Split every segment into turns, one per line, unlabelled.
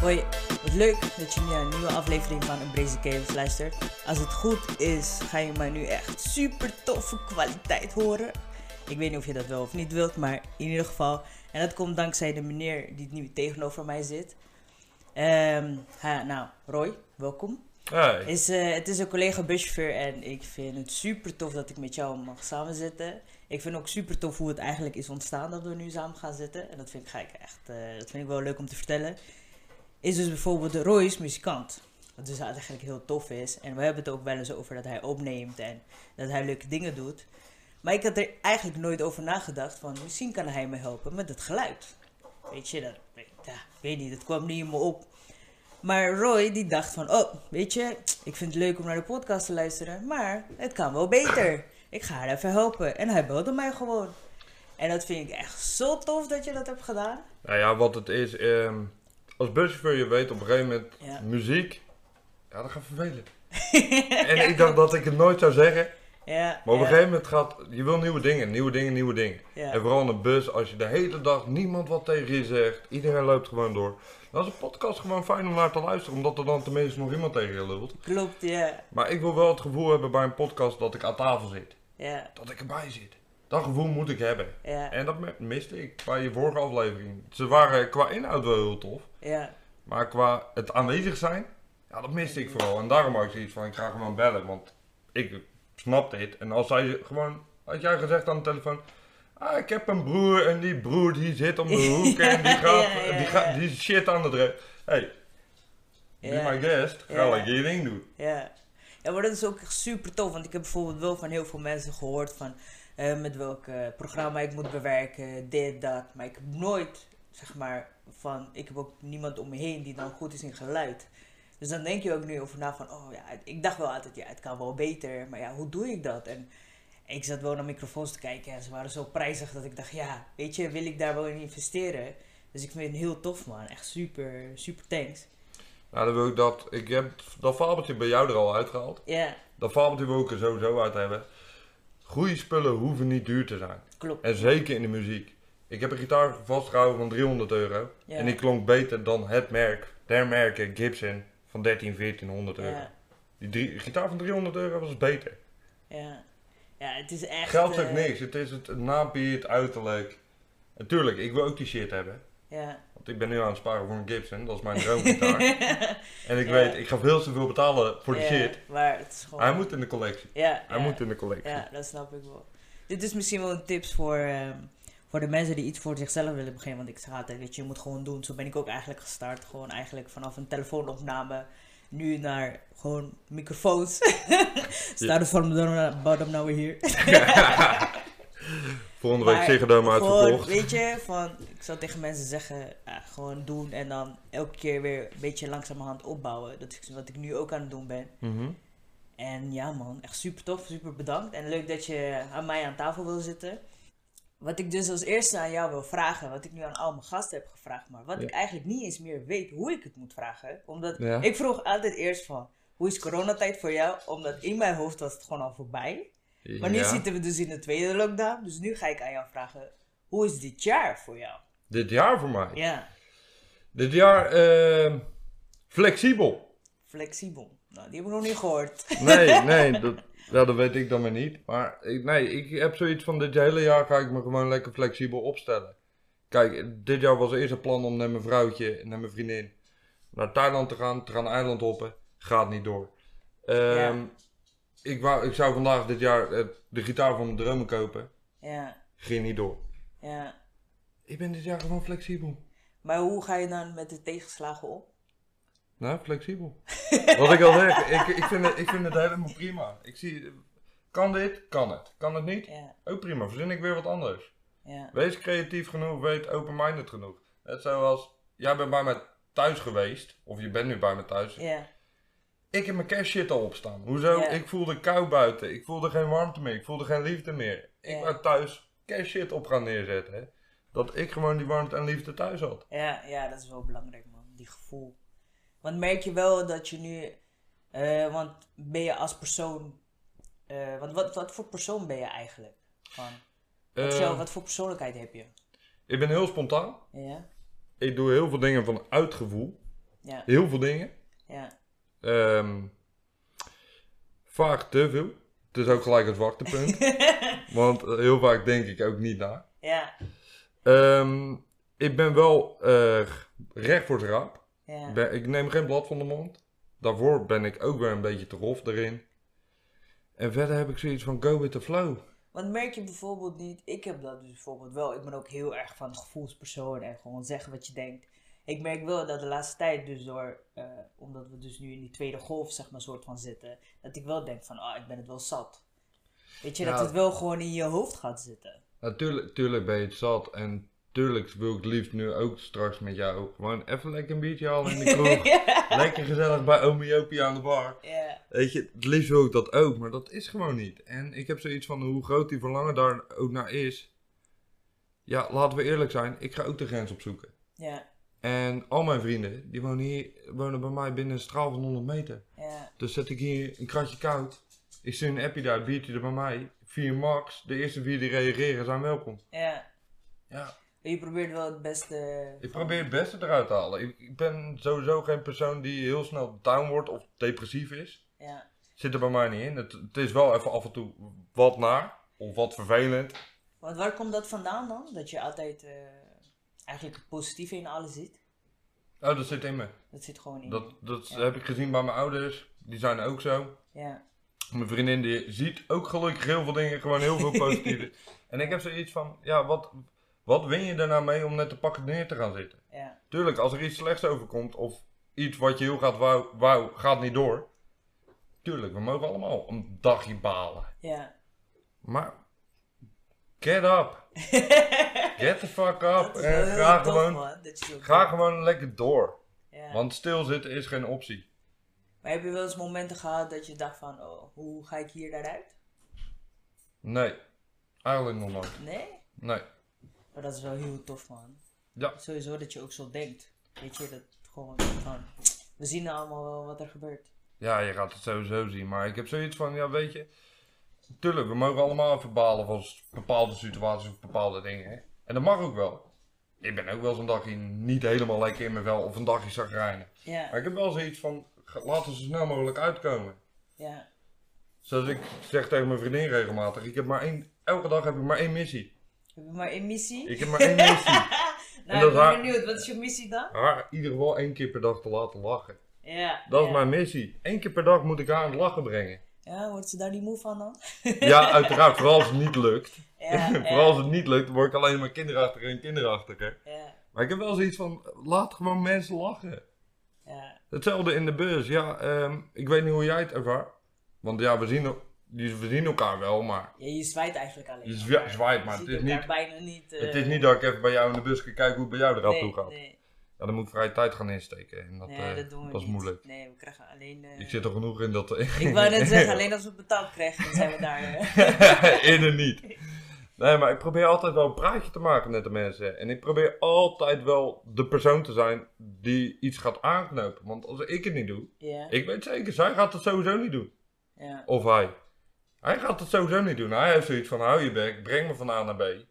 Hoi, wat leuk dat je naar een nieuwe aflevering van Embrace Chaos luistert. Als het goed is, ga je mij nu echt super toffe kwaliteit horen. Ik weet niet of je dat wel of niet wilt, maar in ieder geval. En dat komt dankzij de meneer die nu tegenover mij zit. Ehm, ha, nou, Roy, welkom.
Hey.
Is, eh, het is een collega buschauffeur en ik vind het super tof dat ik met jou mag samenzitten. Ik vind ook super tof hoe het eigenlijk is ontstaan dat we nu samen gaan zitten. En dat vind ik, ga ik echt, eh, dat vind ik wel leuk om te vertellen. Is dus bijvoorbeeld de Roy is muzikant. Wat dus eigenlijk heel tof is. En we hebben het ook wel eens over dat hij opneemt en dat hij leuke dingen doet. Maar ik had er eigenlijk nooit over nagedacht van misschien kan hij me helpen met het geluid. Weet je, dat, ja, ik weet niet, dat kwam niet in me op. Maar Roy die dacht van, oh, weet je, ik vind het leuk om naar de podcast te luisteren, maar het kan wel beter. Ik ga haar even helpen. En hij belde mij gewoon. En dat vind ik echt zo tof dat je dat hebt gedaan.
Nou ja, wat het is, ehm, als buschauffeur je weet op een gegeven moment
Ja.
muziek, ja dat gaat vervelen. en ik dacht dat ik het nooit zou zeggen,
Ja,
maar
ja,
op een gegeven moment gaat, je wil nieuwe dingen, nieuwe dingen, nieuwe dingen.
ja.
En vooral in een bus, als je de hele dag niemand wat tegen je zegt, iedereen loopt gewoon door. Dan is een podcast gewoon fijn om naar te luisteren, omdat er dan tenminste nog iemand tegen je lult.
Klopt, ja.
Maar ik wil wel het gevoel hebben bij een podcast dat ik aan tafel zit,
Ja,
dat ik erbij zit. Dat gevoel moet ik hebben.
ja,
En dat me- miste ik bij je vorige aflevering. Ze waren qua inhoud wel heel tof.
ja.
Maar qua het aanwezig zijn, ja, dat miste ik vooral. En daarom had ik zoiets van, ik ga gewoon bellen, want ik snap dit. En als zij gewoon, had jij gezegd aan de telefoon, ah, ik heb een broer en die broer die zit om de hoek en die gaat,
Ja, ja,
Die,
ja.
gaat die is shit aan het redden. Hey, be
Ja.
my guest, ga
Ja.
lekker je ding doen.
Ja. ja, maar dat is ook echt super tof. Want ik heb bijvoorbeeld wel van heel veel mensen gehoord van eh, met welk eh, programma ik moet bewerken, dit, dat. Maar ik heb nooit, zeg maar, van ik heb ook niemand om me heen die dan goed is in geluid. Dus dan denk je ook nu over na van, oh ja, het- ik dacht wel altijd, ja, het kan wel beter. Maar ja, hoe doe ik dat? En ik zat wel naar microfoons te kijken en ze waren zo prijzig dat ik dacht, ja, weet je, wil ik daar wel in investeren? Dus ik vind het heel tof, man. Echt super, super thanks.
Nou, dan wil ik dat, ik heb dat fabeltje bij jou er al uitgehaald.
Ja,
Dat fabeltje wil ik er sowieso uit hebben. Goede spullen hoeven niet duur te zijn.
klopt.
En zeker in de muziek. Ik heb een gitaar vastgehouden van 300 euro.
Ja.
En die klonk beter dan het merk, der merken Gibson van 13, 1400 euro.
Ja.
Die drie- gitaar van 300 euro was beter.
Ja. ja, het is echt...
Geld is ook
eh,
niks. Het is het naampje, het uiterlijk. En tuurlijk, ik wil ook die shit hebben.
Ja,
Want ik ben nu aan het sparen voor een Gibson. Dat is mijn droomgitaar. en ik
Ja.
weet, ik ga veel te veel betalen voor die
ja,
shit.
Maar het is gewoon...
Hij moet in de collectie.
Ja,
Hij
ja,
moet in de collectie.
ja, dat snap ik wel. Dit is misschien wel een tips voor, ehm, voor de mensen die iets voor zichzelf willen beginnen. Want ik zeg altijd, weet je, je moet gewoon doen. Zo ben ik ook eigenlijk gestart. Gewoon eigenlijk vanaf een telefoonopname nu naar gewoon microfoons. Start from the bottom, now we're here.
Volgende week
Maar
Ziggo
Gewoon,
uitverkocht.
Weet je, van, ik zou tegen mensen zeggen, ja, gewoon doen en dan elke keer weer een beetje langzamerhand opbouwen. Dat is wat ik nu ook aan het doen ben.
Mhm.
En ja man, echt super tof, super bedankt. En leuk dat je aan mij aan tafel wil zitten. Wat ik dus als eerste aan jou wil vragen, wat ik nu aan al mijn gasten heb gevraagd, maar wat
Ja.
ik eigenlijk niet eens meer weet hoe ik het moet vragen. Omdat
Ja.
ik vroeg altijd eerst van, hoe is coronatijd voor jou? Omdat in mijn hoofd was het gewoon al voorbij. Maar nu
Ja.
zitten we dus in de tweede lockdown, dus nu ga ik aan jou vragen, hoe is dit jaar voor jou?
Dit jaar voor mij.
Ja,
Dit jaar ehm, flexibel.
flexibel. Nou, die heb ik nog niet gehoord.
Nee, nee, dat, ja, dat weet ik dan maar niet. Maar ik, nee, ik heb zoiets van dit hele jaar ga ik me gewoon lekker flexibel opstellen. Kijk, dit jaar was eerst het plan om met mijn vrouwtje en met mijn vriendin naar Thailand te gaan, te gaan eiland hoppen. Gaat niet door. Ehm,
Ja.
ik, wou, ik zou vandaag dit jaar eh, de gitaar van mijn drummer kopen.
Ja,
Ging niet door.
ja.
Ik ben dit jaar gewoon flexibel.
Maar hoe ga je dan met de tegenslagen om?
Nou, flexibel. Wat ik al zeg, ik, ik, vind het, ik vind het helemaal prima. Ik zie, kan dit? Kan het. Kan het niet?
Ja,
Ook prima, verzin ik weer wat anders.
ja,
Wees creatief genoeg, weet open-minded genoeg. Net zoals, jij bent bij mij thuis geweest, of je bent nu bij me thuis.
ja.
Ik heb mijn cash shit al opstaan. Hoezo?
Ja.
Ik voelde kou buiten, ik voelde geen warmte meer, ik voelde geen liefde meer. Ik
Ja.
wou thuis cash shit op gaan neerzetten. hè. Dat ik gewoon die warmte en liefde thuis had.
Ja, ja, dat is wel belangrijk, man. Die gevoel. Want merk je wel dat je nu. eh, want ben je als persoon. eh, want wat, wat voor persoon ben je eigenlijk? Van, wat,
Eh,
jou- wat voor persoonlijkheid heb je?
ik ben heel spontaan.
Ja?
Ik doe heel veel dingen vanuit gevoel.
Ja,
Heel veel dingen.
ja.
Ehm, vaak te veel. Het is ook gelijk een zwaktepunt. want eh, heel vaak denk ik ook niet na.
ja,
Ehm, ik ben wel eh, recht voor het raap.
ja.
Ik ben- ik neem geen blad van de mond. Daarvoor ben ik ook weer een beetje te rof erin. En verder heb ik zoiets van go with the flow.
Want merk je bijvoorbeeld niet, ik heb dat dus bijvoorbeeld wel. Ik ben ook heel erg van gevoelspersoon en gewoon zeggen wat je denkt. Ik merk wel dat de laatste tijd dus door, eh, omdat we dus nu in die tweede golf zeg maar soort van zitten, dat ik wel denk van, ah, ik ben het wel zat. Weet je, dat
Nou.
het wel gewoon in je hoofd gaat zitten.
Natuurlijk tuurlijk ben je het zat. En tuurlijk wil ik het liefst nu ook straks met jou gewoon even lekker een biertje halen in de kroeg. lekker gezellig bij Omi Jopie aan de bar.
Ja,
Weet je, het liefst wil ik dat ook, maar dat is gewoon niet. En ik heb zoiets van hoe groot die verlangen daar ook naar is. Ja, laten we eerlijk zijn, ik ga ook de grens opzoeken.
ja,
En al mijn vrienden, die wonen hier, wonen bij mij binnen een straal van 100 meter.
ja,
Dus zet ik hier een kratje koud. Ik stuur een appje daar, een biertje er bij mij. Vier max, de eerste vier die reageren zijn welkom.
ja.
Ja.
Maar Je probeert wel het beste.
Ik probeer het beste eruit te halen. Ik, ik ben sowieso geen persoon die heel snel down wordt of depressief is.
Ja,
Zit er bij mij niet in. Het, het is wel even af en toe wat naar. Of wat vervelend.
want waar komt dat vandaan dan? Dat je altijd eh, eigenlijk het positieve in alles ziet?
Oh, dat zit in me.
Dat zit gewoon in.
Dat,
je.
dat heb ik gezien bij mijn ouders. Die zijn ook zo.
Ja,
Mijn vriendin die ziet ook gelukkig heel veel dingen, gewoon heel veel positieve. en ik heb zoiets van, ja, wat, wat win je daarna mee om net te pakken neer te gaan zitten?
ja,
Tuurlijk, als er iets slechts overkomt of iets wat je heel gaat wou, wou gaat niet door. Tuurlijk, we mogen allemaal een dagje balen.
ja.
Maar, get up. Get the fuck up.
Dat is wel
En
heel
ga
tof,
Eh, gewoon,
man, Eh, dat je zo
ga
doet.
gewoon lekker door.
Ja.
Want stilzitten is geen optie.
Maar heb je wel eens momenten gehad dat je dacht van, oh, hoe ga ik hier daaruit?
Nee, eigenlijk nog nooit.
Nee?
Nee.
Maar dat is wel heel tof, man.
Ja.
Sowieso dat je ook zo denkt. Weet je, dat gewoon van, we zien allemaal wel wat er gebeurt.
Ja, je gaat het sowieso zien. Maar ik heb zoiets van, ja, weet je. Tuurlijk, we mogen allemaal even balen van s- bepaalde situaties of bepaalde dingen. hè. En dat mag ook wel. Ik ben ook wel eens een dagje niet helemaal lekker in mijn vel of een dagje zagrijnen. Maar
Ja,
ik heb wel zoiets van, ga- laten we zo snel mogelijk uitkomen.
ja,
Zoals ik zeg tegen mijn vriendin regelmatig, ik heb maar één, elke dag heb ik maar één missie.
heb je maar één missie?
Ik heb maar één missie. en
nou,
dat
ik ben
haar-
benieuwd, wat is je missie dan?
Haar in ieder geval één keer per dag te laten lachen.
Ja.
Dat is
ja.
mijn missie. Eén keer per dag moet ik haar aan het lachen brengen.
Ja, wordt ze daar niet moe van dan?
Ja, uiteraard, vooral als het niet lukt.
Ja, ja,
Vooral als het niet lukt, word ik alleen maar kinderachtiger en kinderachtiger.
ja,
Maar ik heb wel zoiets van, laat gewoon mensen lachen.
ja,
Hetzelfde in de bus, ja, ehm, ik weet niet hoe jij het ervaart. Want ja, we zien, el- die- we zien elkaar wel, maar
Ja, je zwaait eigenlijk alleen.
je
maar.
zwa- zwaait, maar
Je
het
ziet
is,
elkaar
niet,
bijna niet.
het
eh,
is niet dat ik even bij jou in de bus ga kijken hoe het bij jou eraf
nee,
toe gaat.
Nee,
Ja, dan moet ik vrije tijd gaan insteken en dat,
nee,
eh,
dat doen we
dat is
niet.
moeilijk.
Nee, we krijgen alleen... eh,
Ik zit er genoeg in dat...
Ik wou net zeggen, alleen als we het betaald krijgen, dan zijn we daar. eh.
in en niet. Nee, maar ik probeer altijd wel een praatje te maken met de mensen. En ik probeer altijd wel de persoon te zijn die iets gaat aanknopen. Want als ik het niet doe,
Ja,
ik weet zeker, zij gaat het sowieso niet doen.
ja,
Of hij. Hij gaat het sowieso niet doen. Hij heeft zoiets van, hou je bek, breng me van A naar B.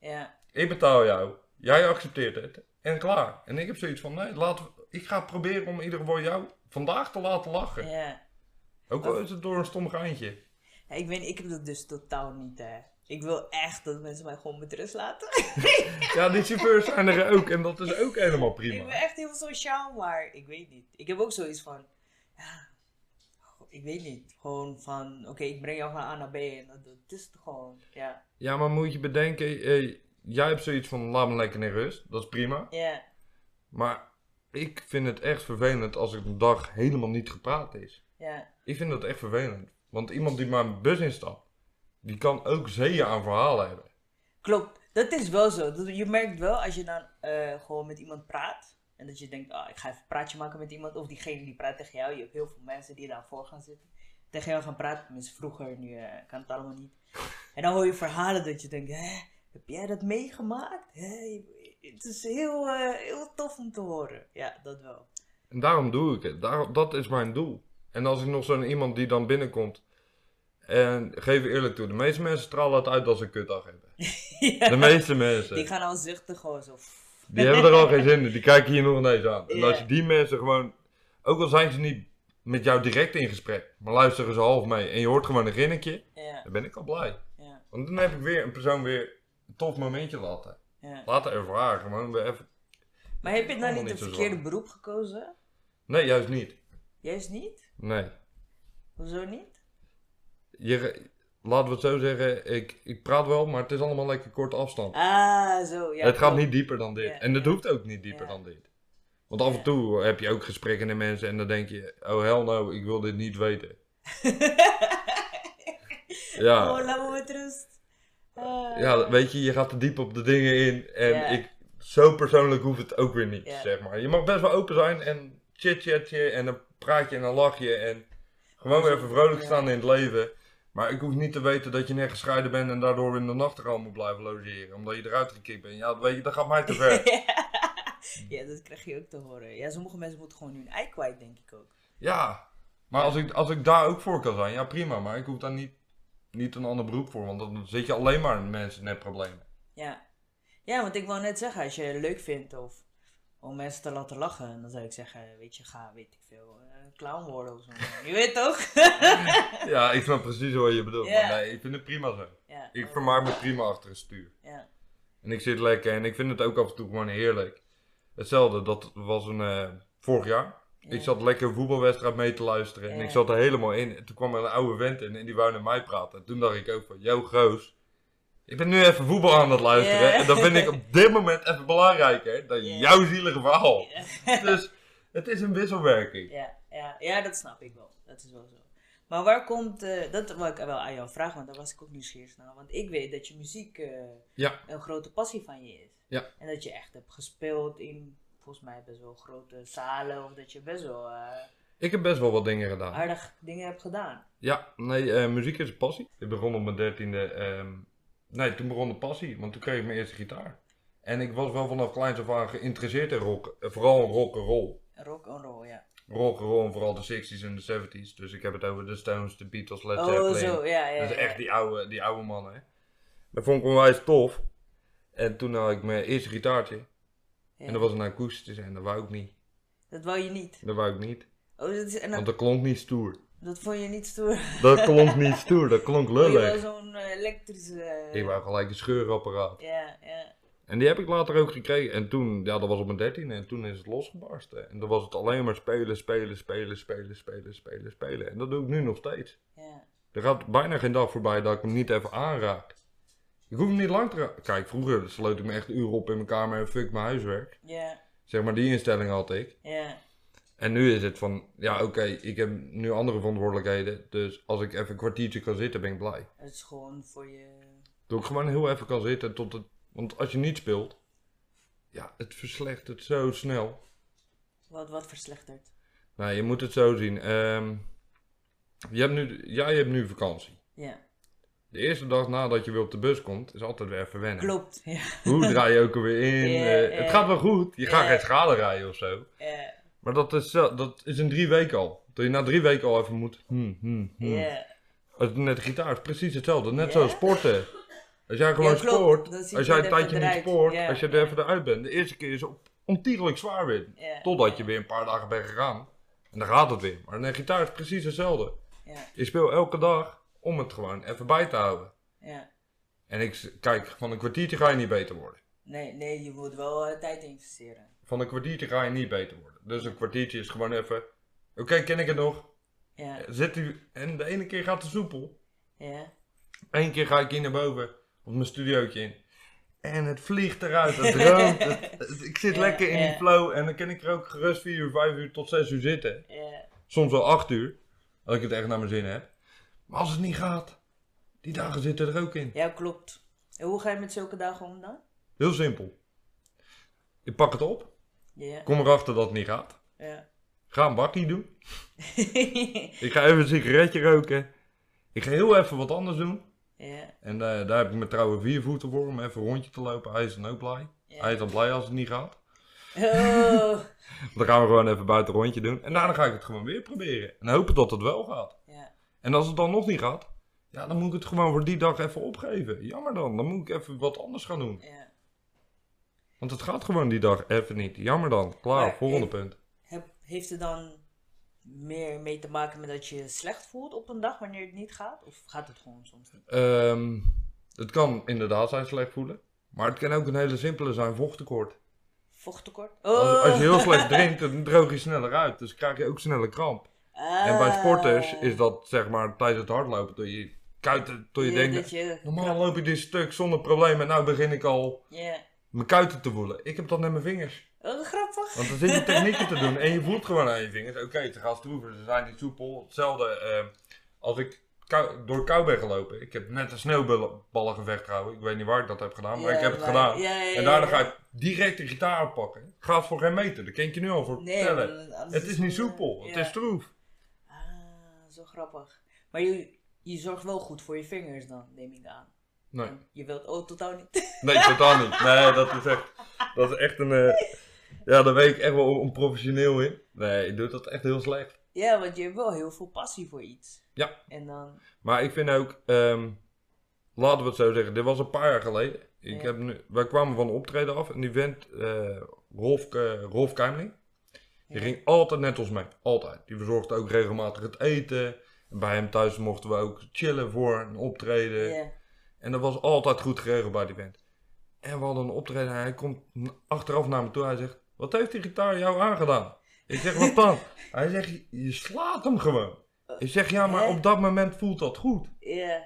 ja,
Ik betaal jou, jij accepteert het. En klaar. En ik heb zoiets van, nee, laten we- ik ga proberen om in ieder geval jou vandaag te laten lachen.
ja.
Ook al is het door een stom geintje.
Ja, Ik weet, ik heb dat dus totaal niet. Hè. Ik wil echt dat mensen mij gewoon met rust laten.
Ja, die chauffeurs zijn er ook en dat is ook helemaal
ik
prima.
ben echt heel sociaal, maar ik weet niet. Ik heb ook zoiets van, ja, ik weet niet. Gewoon van, oké, ik breng jou van A naar B en dat, dat is het gewoon, ja.
Ja, maar moet je bedenken, eh, jij hebt zoiets van laat me lekker in rust, dat is prima.
Ja,
Maar ik vind het echt vervelend als ik een dag helemaal niet gepraat is.
ja,
Ik vind dat echt vervelend. Want iemand die maar een bus instapt, die kan ook zeeën aan verhalen hebben.
klopt. Dat is wel zo. Dat- Je merkt wel als je dan eh, gewoon met iemand praat. En dat je denkt, ah, ik ga even een praatje maken met iemand. Of diegene die praat tegen jou. Je hebt heel veel mensen die daarvoor gaan zitten. Tegen jou gaan praten. Tenminste, vroeger, nu eh, kan het allemaal niet. En dan hoor je verhalen dat je denkt, hè, heb jij dat meegemaakt? Hè, je- het is heel, eh, heel tof om te horen. Ja, dat wel.
En daarom doe ik het. Daar, dat is mijn doel. En als ik nog zo'n iemand die dan binnenkomt. En geef eerlijk toe, de meeste mensen stralen het uit als ze een kutdag hebben.
Ja.
De meeste mensen.
Die gaan al zuchten gewoon zo. pff,
Die hebben er al geen zin in. Die kijken hier nog ineens aan. En
Ja.
als je die mensen gewoon... Ook al zijn ze niet met jou direct in gesprek. Maar luisteren ze half mee. En je hoort gewoon een rinnetje.
Ja,
Dan ben ik al blij.
ja,
Want dan heb ik weer een persoon weer een tof momentje laten.
ja.
Laten ervaren. Gewoon weer even...
Maar heb je nou niet
Allemaal niet
het
zo
verkeerde
zwaar.
beroep gekozen?
Nee, juist niet.
Juist niet?
Nee.
Hoezo niet?
Je, laten we het zo zeggen. Ik, ik praat wel, maar het is allemaal lekker korte afstand.
Ah, zo. Ja,
het gaat
klopt.
niet dieper dan dit.
Ja,
en dat
ja.
hoeft ook niet dieper
Ja.
dan dit. Want af en toe heb je ook gesprekken met mensen en dan denk je, oh hell no, ik wil dit niet weten. ja,
Oh, laat me met rust. Ah.
ja, weet je, je gaat te diep op de dingen in en
Ja.
ik, zo persoonlijk hoeft het ook weer niet,
Ja.
zeg maar. Je mag best wel open zijn en chit chatje en dan praat je en dan lach je en gewoon weer even vrolijk
Ja.
staan in het leven. Maar ik hoef niet te weten dat je net gescheiden bent en daardoor in de nachtraam moet blijven logeren. Omdat je eruit gekikt bent. Ja, dat weet je, dat gaat mij te ver.
ja, dat krijg je ook te horen. Ja, sommige mensen moeten gewoon hun ei kwijt, denk ik ook.
Ja, maar als ik, als ik daar ook voor kan zijn, ja prima. Maar ik hoef daar niet, niet een ander beroep voor, want dan zit je alleen maar in mensen met problemen.
Ja. Ja, want ik wou net zeggen, als je het leuk vindt of om mensen te laten lachen, dan zou ik zeggen, weet je, ga, weet ik veel, eh, clown worden of zo. Je weet toch?
Ja, ik snap precies wat je bedoelt.
Ja.
Maar nee, ik vind het prima zo.
ja.
Ik vermaak me prima achter een stuur.
Ja.
En ik zit lekker en ik vind het ook af en toe gewoon heerlijk. Hetzelfde, dat was een, eh, vorig jaar. Ik zat lekker een voetbalwedstrijd mee te luisteren en
Ja.
ik zat er helemaal in. En toen kwam er een oude vent in en die wou naar mij praten. En toen dacht ik ook van, yo Groos, ik ben nu even voetbal aan het luisteren.
Ja.
En dat vind ik op dit moment even belangrijker dan
Ja.
jouw zielige verhaal.
Ja.
Dus het is een wisselwerking.
Ja, ja, ja, dat snap ik wel. Dat is wel zo. Maar waar komt, eh, dat wil ik wel aan jou vragen, want daar was ik ook nieuwsgierig naar. Want ik weet dat je muziek eh,
Ja.
een grote passie van je is.
Ja.
En dat je echt hebt gespeeld in, volgens mij, best wel grote zalen. Of dat je best wel eh,
Ik heb best wel wat dingen gedaan.
aardig dingen hebt gedaan.
Ja, nee, eh, muziek is een passie. Ik begon op mijn dertiende. ehm, nee, toen begon de passie, want toen kreeg ik mijn eerste gitaar. En ik was wel vanaf kleins af aan geïnteresseerd in rock. eh, Vooral in rock and roll.
Rock and roll, ja.
Rock and roll, en vooral de 60s en de 70s. Dus ik heb het over de Stones, de Beatles, Led
oh,
Zeppelin.
zo, ja, ja.
Dat is
ja.
echt die oude, die oude mannen. hè. Dat vond ik onwijs tof. En toen had ik mijn eerste gitaartje.
Ja.
En dat was een akoestische en dat wou ik niet.
Dat wou je niet.
Dat wou ik niet.
Oh, dat, is, en dat,
Want dat klonk niet stoer.
dat vond je niet stoer.
Dat klonk niet stoer, dat klonk
Vond je wel
lullig.
zo'n eh, elektrische... eh,
Ik wou gelijk een scheurapparaat.
Ja, ja.
En die heb ik later ook gekregen. En toen, ja, dat was op mijn dertiende. En toen is het losgebarsten. En dan was het alleen maar spelen, spelen, spelen, spelen, spelen, spelen, spelen. En dat doe ik nu nog steeds.
ja.
Er gaat bijna geen dag voorbij dat ik hem niet even aanraak. Ik hoef hem niet lang te raken. Kijk, vroeger sloot ik me echt uren op in mijn kamer en fuck mijn huiswerk.
Ja,
Zeg maar, die instelling had ik.
ja.
En nu is het van, ja oké, ik heb nu andere verantwoordelijkheden. Dus als ik even een kwartiertje kan zitten, ben ik blij.
Het is gewoon voor je...
Dat ik gewoon heel even kan zitten tot het... Want als je niet speelt, ja, het verslechtert zo snel.
Wat, wat verslechterd.
Nou, je moet het zo zien. Ehm, je hebt nu, jij hebt nu vakantie.
Ja,
De eerste dag nadat je weer op de bus komt, is altijd weer even wennen.
klopt. Ja.
Hoe draai je ook alweer in?
Ja,
eh,
ja.
het gaat wel goed. Je gaat
Ja.
geen schade rijden of zo.
Eh,
Maar dat is, zo- dat is in drie weken al. Dat je na drie weken al even moet. Hmm, hmm, hmm.
ja.
Het- Net de gitaar is precies hetzelfde. Net
Ja?
zoals sporten. Als jij gewoon
Ja, klopt. Dan
sport,
ziet het
als jij een
even
tijdje niet
eruit.
sport,
Ja,
als je
ja.
er even eruit bent. De eerste keer is het ontiegelijk zwaar weer.
Ja.
Totdat je weer een paar dagen bent gegaan. En dan gaat het weer. Maar een gitaar is precies hetzelfde.
Ja,
Je speelt elke dag om het gewoon even bij te houden.
ja.
En ik z- kijk, van een kwartiertje ga je niet beter worden.
Nee, nee, je moet wel eh, tijd investeren.
Van een kwartiertje ga je niet beter worden. Dus een kwartiertje is gewoon even. Oké, ken ik het nog?
Ja,
Zit u... En de ene keer gaat het soepel.
ja.
Eén keer ga ik hier naar boven, op mijn studiootje in. En het vliegt eruit, het droomt. het- het- ik zit
Ja,
lekker in
ja.
die flow en dan kan ik er ook gerust 4 uur, 5 uur tot 6 uur zitten.
ja.
Soms wel 8 uur, als ik het echt naar mijn zin heb. Maar als het niet gaat, die dagen zitten er ook in.
Ja, klopt. En hoe ga je met zulke dagen om dan?
Heel simpel. Ik pak het op,
Ja,
kom erachter dat het niet gaat.
ja.
Ga een bakkie doen. Ik ga even een sigaretje roken. Ik ga heel even wat anders doen.
ja,
En eh, daar heb ik mijn trouwe viervoeter voor om even een rondje te lopen. Hij is dan ook blij.
ja.
Hij is dan blij als het niet gaat.
Oh.
Dan gaan we gewoon even buiten een rondje doen. En daarna ga ik het gewoon weer proberen. En hopen dat het wel gaat.
Ja,
En als het dan nog niet gaat, ja, dan moet ik het gewoon voor die dag even opgeven. Jammer dan, dan moet ik even wat anders gaan doen.
ja.
Want het gaat gewoon die dag even niet. Jammer dan. Klaar,
Maar
volgende
ik-
punt.
Heb, heeft het dan meer mee te maken met dat je je slecht voelt op een dag wanneer het niet gaat? Of gaat het gewoon soms niet?
Ehm, het kan inderdaad zijn slecht voelen. Maar het kan ook een hele simpele zijn, vochttekort.
Vochttekort?
Als, als je heel
Oh!
slecht drinkt, dan droog je sneller uit. Dus krijg je ook sneller kramp. En bij
Ah.
sporters is dat zeg maar tijdens het hardlopen. Door je kuiten, tot je
Oh. Ja,
denkt,
dat je-
normaal loop je dit stuk zonder probleem. En nou begin ik al
Ja.
mijn kuiten te voelen. Ik heb dat met mijn vingers.
Oh, grappig.
Want dan zit je technieken te doen en je voelt gewoon aan je vingers. Oké, ze gaan stroeven, ze zijn niet soepel. Hetzelfde eh, als ik kou- door kou ben gelopen. Ik heb net een sneeuwballengevecht gehouden. Ik weet niet waar ik dat heb gedaan, maar
Ja,
ik heb het
maar-
gedaan.
ja, ja, ja,
En daarna
ja.
ga ik direct de gitaar pakken. Gaat voor geen meter, dat kan ik je nu al voor
Nee,
vertellen.
want anders
Het is niet soepel,
eh,
het
ja.
is stroef.
Ah, zo grappig. Maar je, je zorgt wel goed voor je vingers dan, neem ik aan.
Nee,
Je wilt oh, totaal niet.
nee totaal niet. Nee, dat is echt, dat is echt een... eh, ja, daar weet ik echt wel onprofessioneel in. Nee, ik doe dat echt heel slecht.
ja, want je hebt wel heel veel passie voor iets.
Ja.
En dan,
Maar ik vind ook, ehm, laten we het zo zeggen, dit was een paar jaar geleden. Ik
Ja.
heb nu, wij kwamen van een optreden af en die vent, eh, Rolf, eh, Rolf Keimling, die
Ja.
ging altijd net als mij. Altijd. Die verzorgde ook regelmatig het eten. En bij hem thuis mochten we ook chillen voor een optreden.
ja.
En dat was altijd goed geregeld bij die band. En we hadden een optreden en hij komt n- achteraf naar me toe. Hij zegt, wat heeft die gitaar jou aangedaan? Ik zeg, wat dan? hij zegt, "Je- je slaat hem gewoon. Ik zeg, ja, maar
Hè?
op dat moment voelt dat goed.
ja.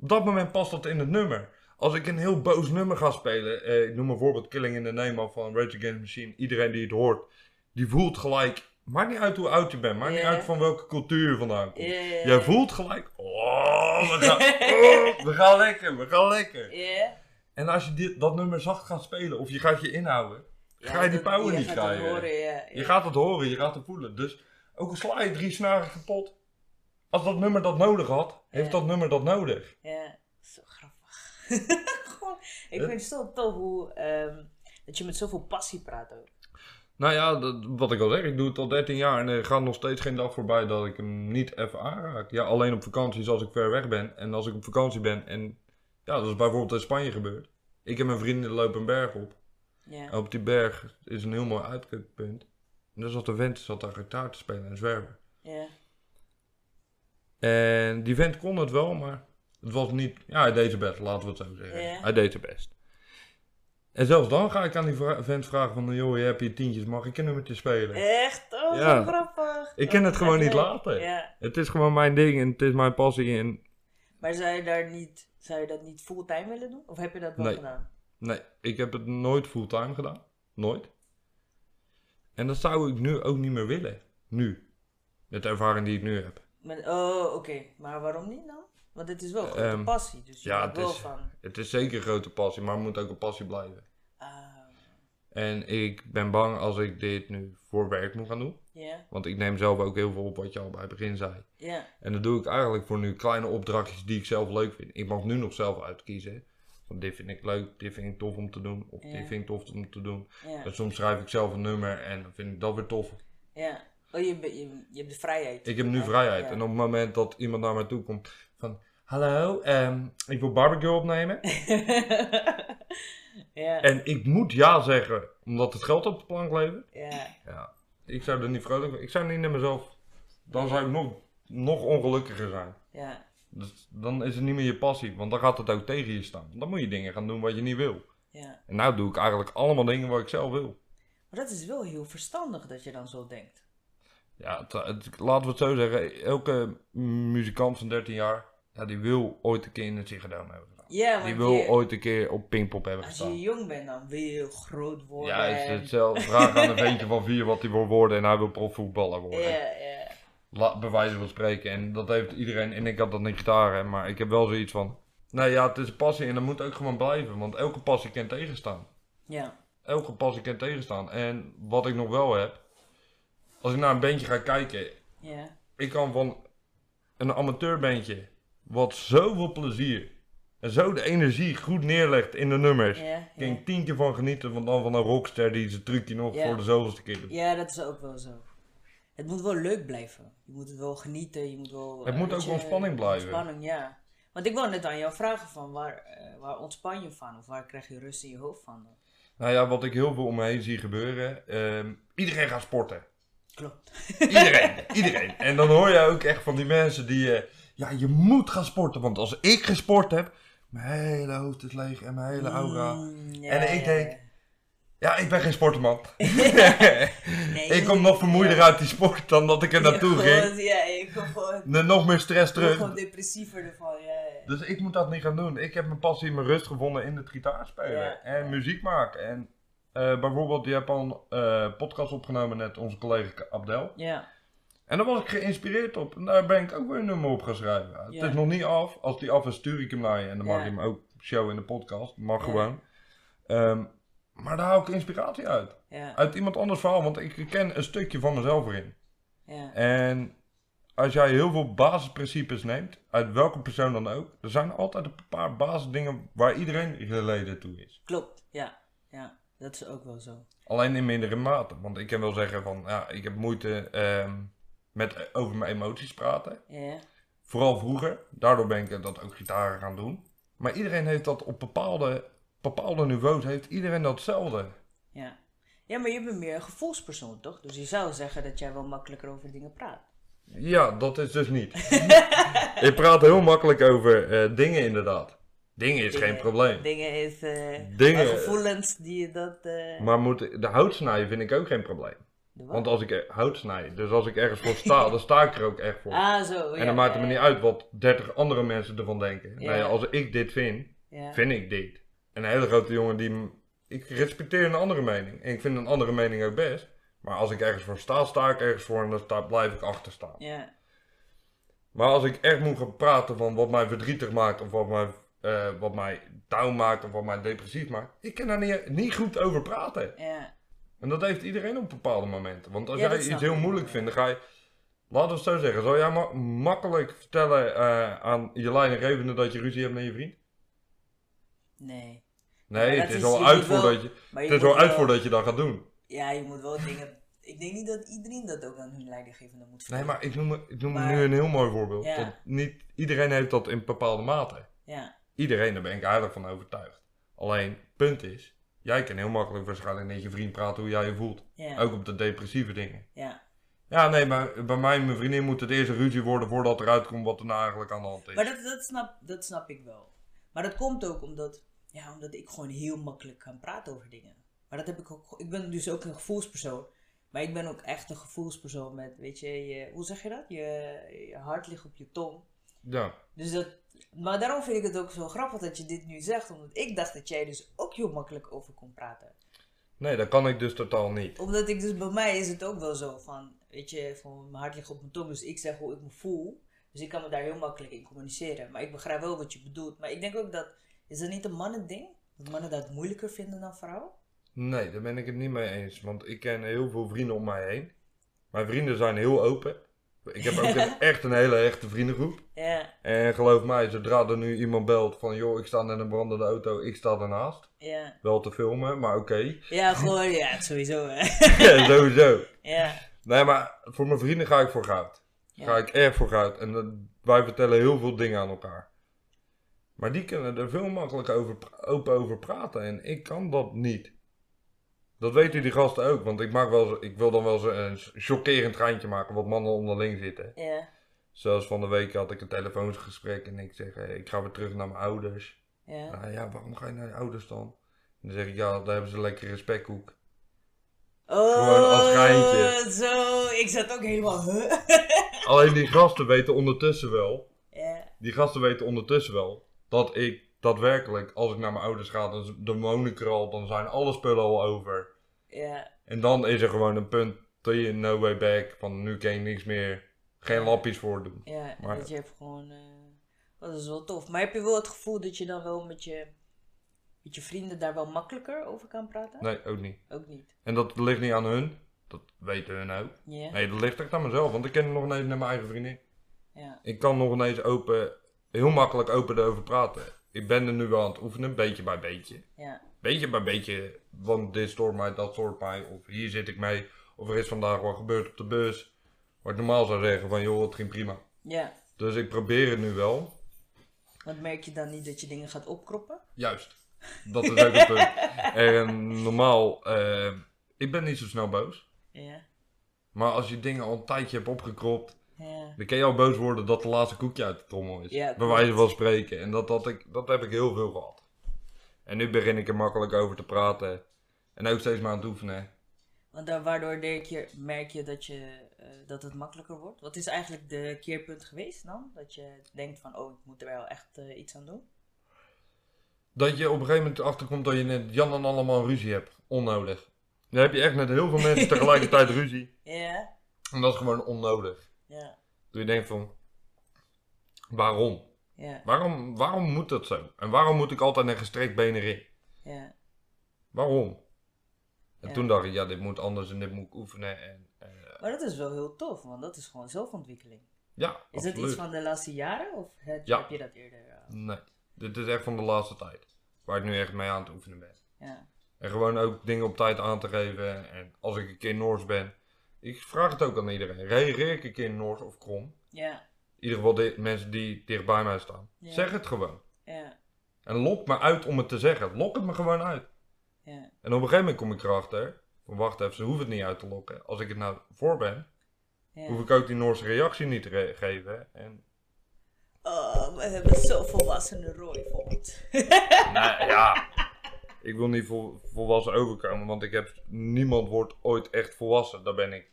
Op dat moment past dat in het nummer. Als ik een heel boos nummer ga spelen, eh, ik noem een voorbeeld Killing in the Name of van Rage Against the Machine. Iedereen die het hoort, die voelt gelijk, maakt niet uit hoe oud je bent, maakt
Ja.
niet uit van welke cultuur je vandaan komt.
Ja, ja, ja.
Jij voelt gelijk, oh, we gaan, oh, we gaan lekker, we gaan lekker.
Ja.
En als je dit, dat nummer zacht gaat spelen of je gaat je inhouden, ga je die
dat-
power
je
niet
gaat het
krijgen.
horen, ja.
Je gaat het horen, je gaat het voelen. Dus ook al sla je drie snaren kapot, als dat nummer dat nodig had, heeft
Ja.
dat nummer dat nodig.
Ja, zo grappig. Gewoon, ik
Ja.
vind het zo tof hoe, ehm, dat je met zoveel passie praat ook.
Nou ja, dat- wat ik al zeg, ik doe het al 13 jaar en er gaat nog steeds geen dag voorbij dat ik hem niet even aanraak. Ja, alleen op vakanties als ik ver weg ben en als ik op vakantie ben. En ja, dat is bijvoorbeeld in Spanje gebeurd. Ik en mijn vrienden lopen een berg op.
Ja.
En op die berg is een heel mooi uitkijkpunt. En daar zat een vent, zat daar gitaar te spelen en zwerven.
Ja.
En die vent kon het wel, maar het was niet... Ja, hij deed zijn best, laten we het zo zeggen.
Ja.
Hij deed zijn best. En zelfs dan ga ik aan die vra- vent vragen van... Joh, je hebt hier tientjes, mag ik een nummertje spelen?
Echt? Oh,
Ja.
zo grappig.
Ik ken
Oh,
het gewoon
echt
niet
leuk.
laten.
Ja.
Het is gewoon mijn ding en het is mijn passie en...
Maar zou je, daar niet, zou je dat niet fulltime willen doen? Of heb je dat wel
Nee.
gedaan?
Nee, ik heb het nooit fulltime gedaan. Nooit. En dat zou ik nu ook niet meer willen. Nu. Met de ervaring die ik nu heb.
Maar- oh, oké. Maar waarom niet dan? Want het is wel een grote
Ehm,
passie. Dus je
ja,
ja,
het
wel
is-
van...
Het is zeker een grote passie, maar het moet ook een passie blijven.
ah,
En ik ben bang als ik dit nu voor werk moet gaan doen.
Ja,
Want ik neem zelf ook heel veel op wat je al bij het begin zei.
ja,
En dat doe ik eigenlijk voor nu kleine opdrachtjes die ik zelf leuk vind. Ik mag nu nog zelf uitkiezen. Van dit vind ik leuk, dit vind ik tof om te doen. Of
Ja.
dit vind ik tof om te doen.
ja,
En soms schrijf ik zelf een nummer en dan vind ik dat weer tof.
ja. Oh, je, be- je, je hebt de vrijheid.
Ik heb nu
Ja,
vrijheid.
ja.
En op het moment dat iemand naar mij toe komt van... Hallo, ehm, ik wil barbecue opnemen.
ja,
en ik moet ja zeggen, omdat het geld op de plank levert.
ja.
Ja, ik zou er niet vrolijk van... Ik zou niet naar mezelf... Dan zou ik nog, nog ongelukkiger zijn.
ja.
Dus dan is het niet meer je passie, want dan gaat het ook tegen je staan. Dan moet je dingen gaan doen wat je niet wil.
ja.
En nou doe ik eigenlijk allemaal dingen wat ik zelf wil.
Maar dat is wel heel verstandig dat je dan zo denkt.
Ja, het- het- laten we het zo zeggen. Elke muzikant van 13 jaar, ja, die wil ooit een keer in het ziggedoom hebben gedaan.
Ja, Ah, want
Die wil
je-
ooit een keer op Pinkpop hebben
als je
gestaan.
jong bent, dan wil je heel groot worden.
Ja, is
en-
hetzelfde. Vraag aan een ventje van vier wat hij wil worden en hij wil profvoetballer worden.
Ja, ja.
La, bij wijze van spreken. En dat heeft iedereen. En ik had dat niet gedaan, hè, maar ik heb wel zoiets van... Nou ja, het is een passie en dat moet ook gewoon blijven. Want elke passie kan tegenstaan.
Ja,
elke pas ik kan tegenstaan. En wat ik nog wel heb, als ik naar een bandje ga kijken,
ja,
ik kan van een amateurbandje, wat zoveel plezier en zo de energie goed neerlegt in de nummers,
ja.
kan
Ja,
ik tien keer van genieten van dan van een rockster die zijn trucje nog
Ja.
voor de zoveelste keer doet.
Ja, dat is ook wel zo. Het moet wel leuk blijven. Je moet het wel genieten, je moet wel...
Het
eh,
moet
weet
ook
je,
ontspanning blijven.
Ontspanning, ja. Want ik wou net aan jou vragen van waar, eh, waar ontspan je van? Of waar krijg je rust in je hoofd van? dan?
Nou ja, wat ik heel veel om me heen zie gebeuren. ehm, iedereen gaat sporten.
Klopt.
Iedereen, iedereen. En dan hoor je ook echt van die mensen die... eh, ja, je moet gaan sporten. Want als ik gesport heb, mijn hele hoofd is leeg en mijn hele aura...
Mm, ja,
En ik
ja,
denk,
ja.
Ja, ik ben geen sportman.
Nee,
ik kom
je-
nog vermoeider
ja.
uit die sport dan dat ik er
Ja,
naartoe ging.
gewoon- Ja, ik kom gewoon,
En Nog meer stress
terug.
terug.
gewoon depressiever ervan. Ja, ja.
Dus ik moet dat niet gaan doen. Ik heb mijn passie en mijn rust gevonden in het gitaarspelen
Ja.
en muziek maken. En eh, bijvoorbeeld, je hebt al een eh, podcast opgenomen net, onze collega Abdel.
ja.
En daar was ik geïnspireerd op. En daar ben ik ook weer een nummer op gaan schrijven.
Ja.
Het is nog niet af. Als die af is, stuur ik hem naar je. En dan mag
Ja.
je hem ook show in de podcast. Mag
Ja.
gewoon. Ehm, maar daar haal ik inspiratie uit.
ja,
Uit iemand anders verhaal, want ik ken een stukje van mezelf erin.
ja.
En als jij heel veel basisprincipes neemt, uit welke persoon dan ook, er zijn altijd een paar basisdingen waar iedereen geleden toe is.
Klopt, ja. ja. Dat is ook wel zo.
Alleen in mindere mate. Want ik kan wel zeggen van, ja, ik heb moeite ehm, met over mijn emoties praten.
Ja,
Vooral vroeger. Daardoor ben ik dat ook gitaren gaan doen. Maar iedereen heeft dat op bepaalde, bepaalde niveaus, heeft iedereen datzelfde.
ja. Ja, maar je bent meer een gevoelspersoon, toch? Dus je zou zeggen dat jij wel makkelijker over dingen praat.
Ja, dat is dus niet. ik praat heel makkelijk over eh, dingen inderdaad. Dingen is geen
Dingen-
probleem.
Dingen is... eh, maar
Dingen-
gevoelens die je dat... eh,
Maar moet, de hout snijden vind ik ook geen probleem.
de wat?
Want als ik er- hout snij, dus als ik ergens voor sta, dan sta ik er ook echt voor.
Ah, zo.
en dan maakt het me niet uit wat 30 andere mensen ervan denken. Nou ja,
Ja.
als ik dit vind,
Ja.
vind ik dit. En een hele grote jongen die. m- Ik respecteer een andere mening. En ik vind een andere mening ook best. Maar als ik ergens voor sta, sta ik ergens voor en dan sta, blijf ik achter staan.
Ja.
Maar als ik echt moet gaan praten van wat mij verdrietig maakt, of wat mij, eh, wat mij down maakt, of wat mij depressief maakt, ik kan daar niet, niet goed over praten.
Ja.
En dat heeft iedereen op bepaalde momenten. Want als
Ja,
jij
dat snap
iets heel
ik.
moeilijk vindt, dan ga je. Laten we het zo zeggen. Zou jij ma- makkelijk vertellen eh, aan je leidinggevende dat je ruzie hebt met je vriend?
Nee.
Nee,
Maar dat
het is
is-
al
je
uit
moet wel-
voordat je,
Maar
het is
moet
al uit voordat je dat gaat doen.
Ja, je moet wel dingen... Ik denk niet dat iedereen dat ook aan hun leidinggevende moet
Nee,
vertellen.
maar ik noem, ik noem
Maar-
nu een heel mooi voorbeeld.
Ja.
Dat niet iedereen heeft dat in bepaalde mate.
Ja.
Iedereen, daar ben ik eigenlijk van overtuigd. Alleen, punt is, jij kan heel makkelijk waarschijnlijk met je vriend praten hoe jij je voelt.
Ja.
Ook op de depressieve dingen.
Ja.
Ja, nee, maar bij mij en mijn vriendin moet het eerst een ruzie worden voordat eruit komt wat er nou eigenlijk aan de hand is.
Maar dat, dat, snap, dat snap ik wel. Maar dat komt ook omdat, ja, omdat ik gewoon heel makkelijk kan praten over dingen. Maar dat heb ik ook. Ik ben dus ook een gevoelspersoon. Maar ik ben ook echt een gevoelspersoon met, weet je, je hoe zeg je dat? Je, je hart ligt op je tong.
Ja,
Dus dat, maar daarom vind ik het ook zo grappig dat je dit nu zegt. Omdat ik dacht dat jij dus ook heel makkelijk over kon praten.
nee, dat kan ik dus totaal niet.
Omdat ik dus bij mij is het ook wel zo van, weet je, van mijn hart ligt op mijn tong, dus ik zeg hoe ik me voel. Dus ik kan me daar heel makkelijk in communiceren. Maar ik begrijp wel wat je bedoelt. Maar ik denk ook dat, is dat niet een mannending? Dat mannen dat moeilijker vinden dan vrouwen?
Nee, daar ben ik het niet mee eens. Want ik ken heel veel vrienden om mij heen. Mijn vrienden zijn heel open. Ik heb ook een- echt een hele echte vriendengroep.
Ja,
En geloof mij, zodra er nu iemand belt van joh, ik sta net in een brandende auto, ik sta ernaast.
ja.
Wel te filmen, maar oké.
Ja, gewoon, ja, sowieso. hè.
Ja, sowieso.
Ja,
Nee, maar voor mijn vrienden ga ik voor goud.
Ja.
Ga ik erg voor goud. En dat- wij vertellen heel veel dingen aan elkaar. Maar die kunnen er veel makkelijker over, pra- open over praten. En ik kan dat niet. Dat weten die gasten ook. Want ik, maak wel, eens- ik wil dan wel eens een s- chockerend geintje maken. Wat mannen onderling zitten.
ja,
Zoals van de week had ik een telefoonsgesprek. En ik zeg, eh, ik ga weer terug naar mijn ouders.
ja.
Nou ja, waarom ga je naar je ouders dan? En dan zeg ik, ja, daar hebben ze een lekkere spekkoek. Gewoon als
Oh,
geintje.
zo. Ik zat ook helemaal, huh?
Alleen die gasten weten ondertussen wel...
Ja,
die gasten weten ondertussen wel dat ik daadwerkelijk, als ik naar mijn ouders ga, dan, dan woon ik er al, dan zijn alle spullen al over.
ja,
En dan is er gewoon een punt dat je no way back, van nu kan ik niks meer, geen lapjes voor doen.
ja.
Maar-
Dat je hebt gewoon, eh, dat is wel tof. Maar heb je wel het gevoel dat je dan wel met je, met je vrienden daar wel makkelijker over kan praten?
Nee, ook niet.
Ook niet.
En dat ligt niet aan hun, dat weten hun ook.
Ja.
Nee, dat ligt echt aan mezelf, want ik ken nog ineens naar mijn eigen vriendin.
Ja.
Ik kan nog ineens open, heel makkelijk open erover praten. Ik ben er nu wel aan het oefenen, beetje bij beetje.
Ja.
beetje bij beetje, want dit stoort mij, dat stoort mij, of hier zit ik mee, of er is vandaag wat gebeurd op de bus. Wat ik normaal zou zeggen van, joh, het ging prima.
ja.
Dus ik probeer het nu wel.
Want merk je dan niet dat je dingen gaat opkroppen?
Juist. Dat is ook een punt. En normaal, eh, ik ben niet zo snel boos.
Ja.
Maar als je dingen al een tijdje hebt opgekropt,
Ja.
dan kan je al boos worden dat de laatste koekje uit de trommel is.
Ja,
bij
klopt.
wijze van spreken. En dat, dat, ik, dat heb ik heel veel gehad. En nu begin ik er makkelijk over te praten. En ook steeds maar aan het oefenen.
Want daar, waardoor denk je, merk je dat, je eh, dat het makkelijker wordt. Wat is eigenlijk de keerpunt geweest dan? Dat je denkt van, oh, ik moet er wel echt eh, iets aan doen.
Dat je op een gegeven moment achterkomt dat je net Jan en allemaal ruzie hebt. Onnodig. Dan heb je echt met heel veel mensen tegelijkertijd ruzie.
Ja.
En dat is gewoon onnodig.
Ja.
Dat je denkt van, waarom?
Ja.
Waarom, waarom moet dat zo? En waarom moet ik altijd een gestrekt been erin?
Ja.
Waarom? En
Ja.
toen dacht ik, ja, dit moet anders en dit moet ik oefenen. En, en, eh,
Maar dat is wel heel tof, want dat is gewoon zelfontwikkeling.
ja,
Is
absoluut.
dat iets van de laatste jaren of heb,
Ja.
heb je dat eerder? eh,
Nee, dit is echt van de laatste tijd. Waar ik nu echt mee aan het oefenen ben.
ja.
En gewoon ook dingen op tijd aan te geven. En als ik een keer Noors ben, ik vraag het ook aan iedereen. Reageer ik een keer Noors of krom?
Ja.
In ieder geval de mensen die dichtbij mij staan.
Ja.
Zeg het gewoon.
Ja.
En lok me uit om het te zeggen. Lok het me gewoon uit.
Ja.
En op een gegeven moment kom ik erachter. van, Wacht even, ze hoeven het niet uit te lokken. Als ik het nou voor ben,
ja.
hoef ik ook die Noorse reactie niet te re- geven. En,
Oh, we hebben zo volwassene rooi vond.
nou ja, ik wil niet vol, volwassen overkomen, want ik heb, niemand wordt ooit echt volwassen. Daar ben ik.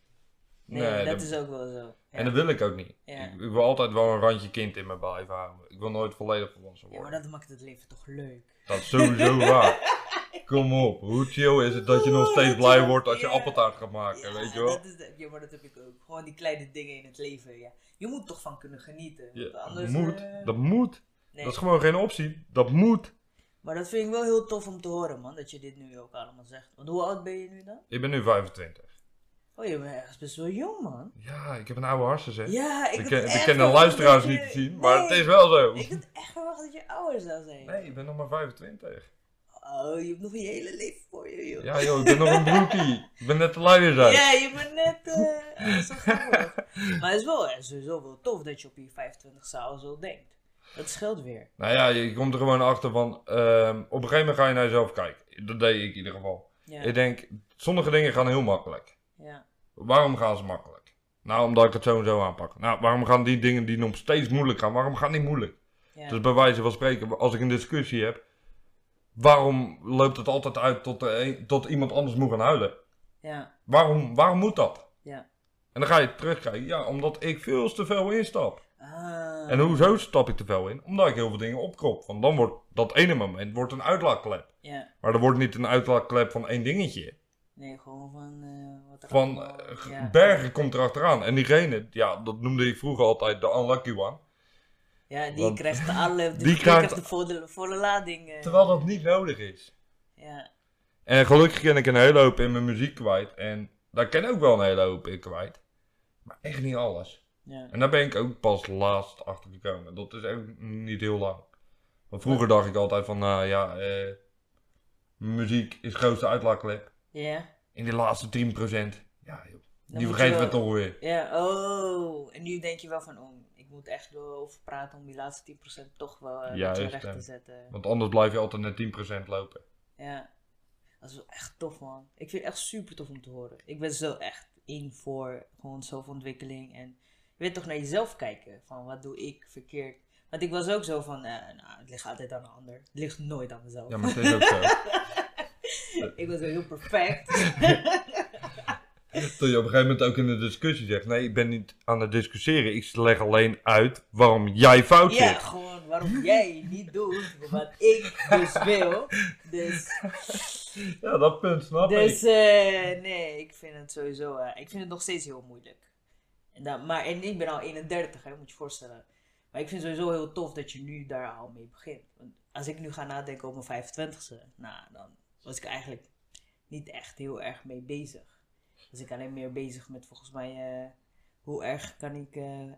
Nee, dat is ook wel zo. Ja.
En dat wil ik ook niet.
Ja.
Ik, ik wil altijd wel een randje kind in me blijven houden. Ik wil nooit volledig volwassen
Ja, maar
worden.
dat maakt het leven toch leuk.
Dat is sowieso waar. Kom op, hoe chill is het dat je nog
Oh,
steeds
dat
blij
je-
wordt als je
ja.
appeltaart gaat maken, weet je wel?
Dat is de- ja, maar dat heb ik ook. Gewoon die kleine dingen in het leven. Ja. Je moet toch van kunnen genieten.
Ja,
want
dat
anders,
moet,
eh,
dat moet.
nee.
Dat is gewoon geen optie. Dat moet.
Maar dat vind ik wel heel tof om te horen, man. Dat je dit nu ook allemaal zegt. Want hoe oud ben je nu dan?
Ik ben nu 25.
Oh, je bent echt best wel jong, man.
Ja, ik heb een oude hartstikke zeg.
Ja, ik
ik
had
ken,
echt
ik ken de
verwacht
luisteraars
dat
niet
je-
te zien, maar het
Nee,
is wel zo.
Ik had echt verwacht dat je ouder zou zijn.
Nee, ik ben nog maar 25.
Oh, je hebt nog je hele leven voor je, joh.
Ja joh, ik ben nog een broekie. Ik ben net te luier zijn.
Ja, je bent net. eh, dat is wel grappig. maar het is wel eh, sowieso wel tof dat je op je 25 zaal zo denkt. Dat scheelt weer.
Nou ja, je komt er gewoon achter van, ehm, op een gegeven moment ga je naar jezelf kijken. Dat deed ik in ieder geval.
Ja.
Ik denk, sommige dingen gaan heel makkelijk.
ja.
Waarom gaan ze makkelijk? Nou, omdat ik het zo en zo aanpak. Nou, waarom gaan die dingen die nog steeds moeilijk gaan, waarom gaan die moeilijk?
ja.
Dus bij wijze van spreken, als ik een discussie heb, waarom loopt het altijd uit tot, de een- tot iemand anders moet gaan huilen?
ja.
Waarom, waarom moet dat?
Ja.
En dan ga je terugkijken, ja, omdat ik veel te veel instap.
Ah.
En hoezo stap ik te veel in? Omdat ik heel veel dingen opkrop. Want dan wordt dat ene moment wordt een uitlaatklep.
Ja.
Maar er wordt niet een uitlaatklep van één dingetje.
Nee, gewoon van. eh, wat er
Van
allemaal-
eh, g-
ja.
Bergen komt erachteraan. En diegene, ja, dat noemde ik vroeger altijd de unlucky one.
Ja, die
want-
krijgt de alle. Die,
Die
krijgt,
krijgt-
de volle, volle lading. eh.
Terwijl dat niet nodig is.
Ja.
En gelukkig ken ik een hele hoop in mijn muziek kwijt. En daar ken ik ook wel een hele hoop in kwijt. Maar echt niet alles.
Ja.
En daar ben ik ook pas laatst achter gekomen. Dat is echt niet heel lang. Want vroeger dacht ik altijd van, nou ja, eh, muziek is grootste uitlaatklep.
Ja.
In die laatste 10%. Ja, joh.
Dan
Die
moet
vergeten
je
we
wel-
toch weer.
Ja, oh. En nu denk je wel van, oh, ik moet echt wel over praten om die laatste 10% toch wel eh, een
Juist,
beetje recht
hè.
te zetten.
Want anders blijf je altijd net 10% lopen.
Ja, dat is wel echt tof, man. Ik vind het echt super tof om te horen. Ik ben zo echt in voor gewoon zelfontwikkeling. En je weet toch naar jezelf kijken. Van wat doe ik verkeerd? Want ik was ook zo van, eh, nou, het ligt altijd aan een ander. Het ligt nooit aan mezelf.
Ja, maar het is ook zo.
Ik was wel heel perfect.
Dat je op een gegeven moment ook in de discussie zegt: Nee, ik ben niet aan het discussiëren. Ik leg alleen uit waarom jij fout
Ja,
zit.
gewoon waarom jij niet doet wat ik dus wil. Dus
Ja, dat punt snap
Dus eh, nee, ik vind het sowieso. eh, ik vind het nog steeds heel moeilijk. En dan, maar en ik ben al 31, hè, moet je je voorstellen. Maar ik vind het sowieso heel tof dat je nu daar al mee begint. Want als ik nu ga nadenken over mijn 25ste, nou, dan was ik eigenlijk niet echt heel erg mee bezig. Was ik alleen meer bezig met volgens mij eh, hoe erg kan ik. eh,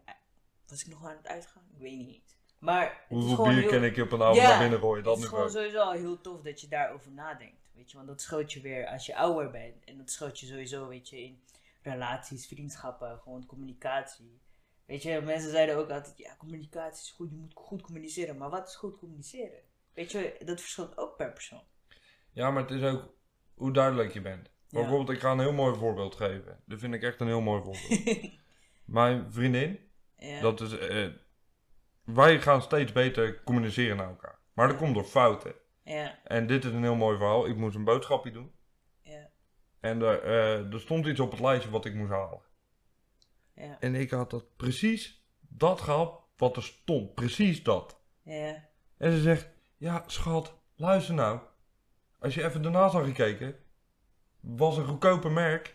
was ik nog aan het uitgaan? Ik weet niet eens. Maar het is
Hoeveel
gewoon
bier
heel-
ken ik op een avond
Ja,
naar binnen gooien? Dat
het
nu
is gewoon
wel.
sowieso al heel tof dat je daarover nadenkt. Weet je, want dat scheelt je weer als je ouder bent. En dat scheelt je sowieso, weet je, in relaties, vriendschappen, gewoon communicatie. Weet je, mensen zeiden ook altijd, ja, communicatie is goed, je moet goed communiceren. Maar wat is goed communiceren? Weet je, dat verschilt ook per persoon.
Ja, maar het is ook hoe duidelijk je bent.
Ja.
Bijvoorbeeld, ik ga een heel mooi voorbeeld geven. Dat vind ik echt een heel mooi voorbeeld. Mijn vriendin,
Ja.
dat is... eh, wij gaan steeds beter communiceren naar elkaar. Maar dat komt door fouten.
Ja.
En dit is een heel mooi verhaal. Ik moest een boodschapje doen.
Ja.
En er, eh, er stond iets op het lijstje wat ik moest halen.
Ja.
En ik had dat precies dat gehad wat er stond. Precies dat.
Ja.
En ze zegt, ja schat, luister nou. Als je even daarnaast had gekeken, was een goedkoper merk.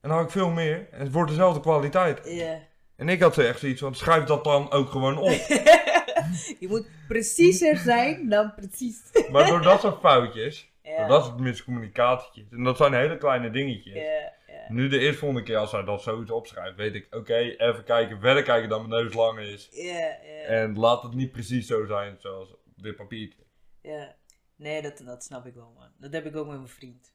En dan had ik veel meer. En het wordt dezelfde kwaliteit.
Ja.
En ik had zo echt zoiets van, schrijf dat dan ook gewoon op.
Je moet preciezer zijn dan precies.
maar door dat soort foutjes,
Ja.
door dat soort miscommunicatietjes. En dat zijn hele kleine dingetjes.
Ja. Ja.
Nu de eerste volgende keer als hij dat zoiets opschrijft, weet ik, oké, even kijken, verder kijken dan mijn neus lang is.
Ja. Ja.
En laat het niet precies zo zijn zoals op dit papiertje.
Ja. Nee, dat, dat snap ik wel, man. Dat heb ik ook met mijn vriend.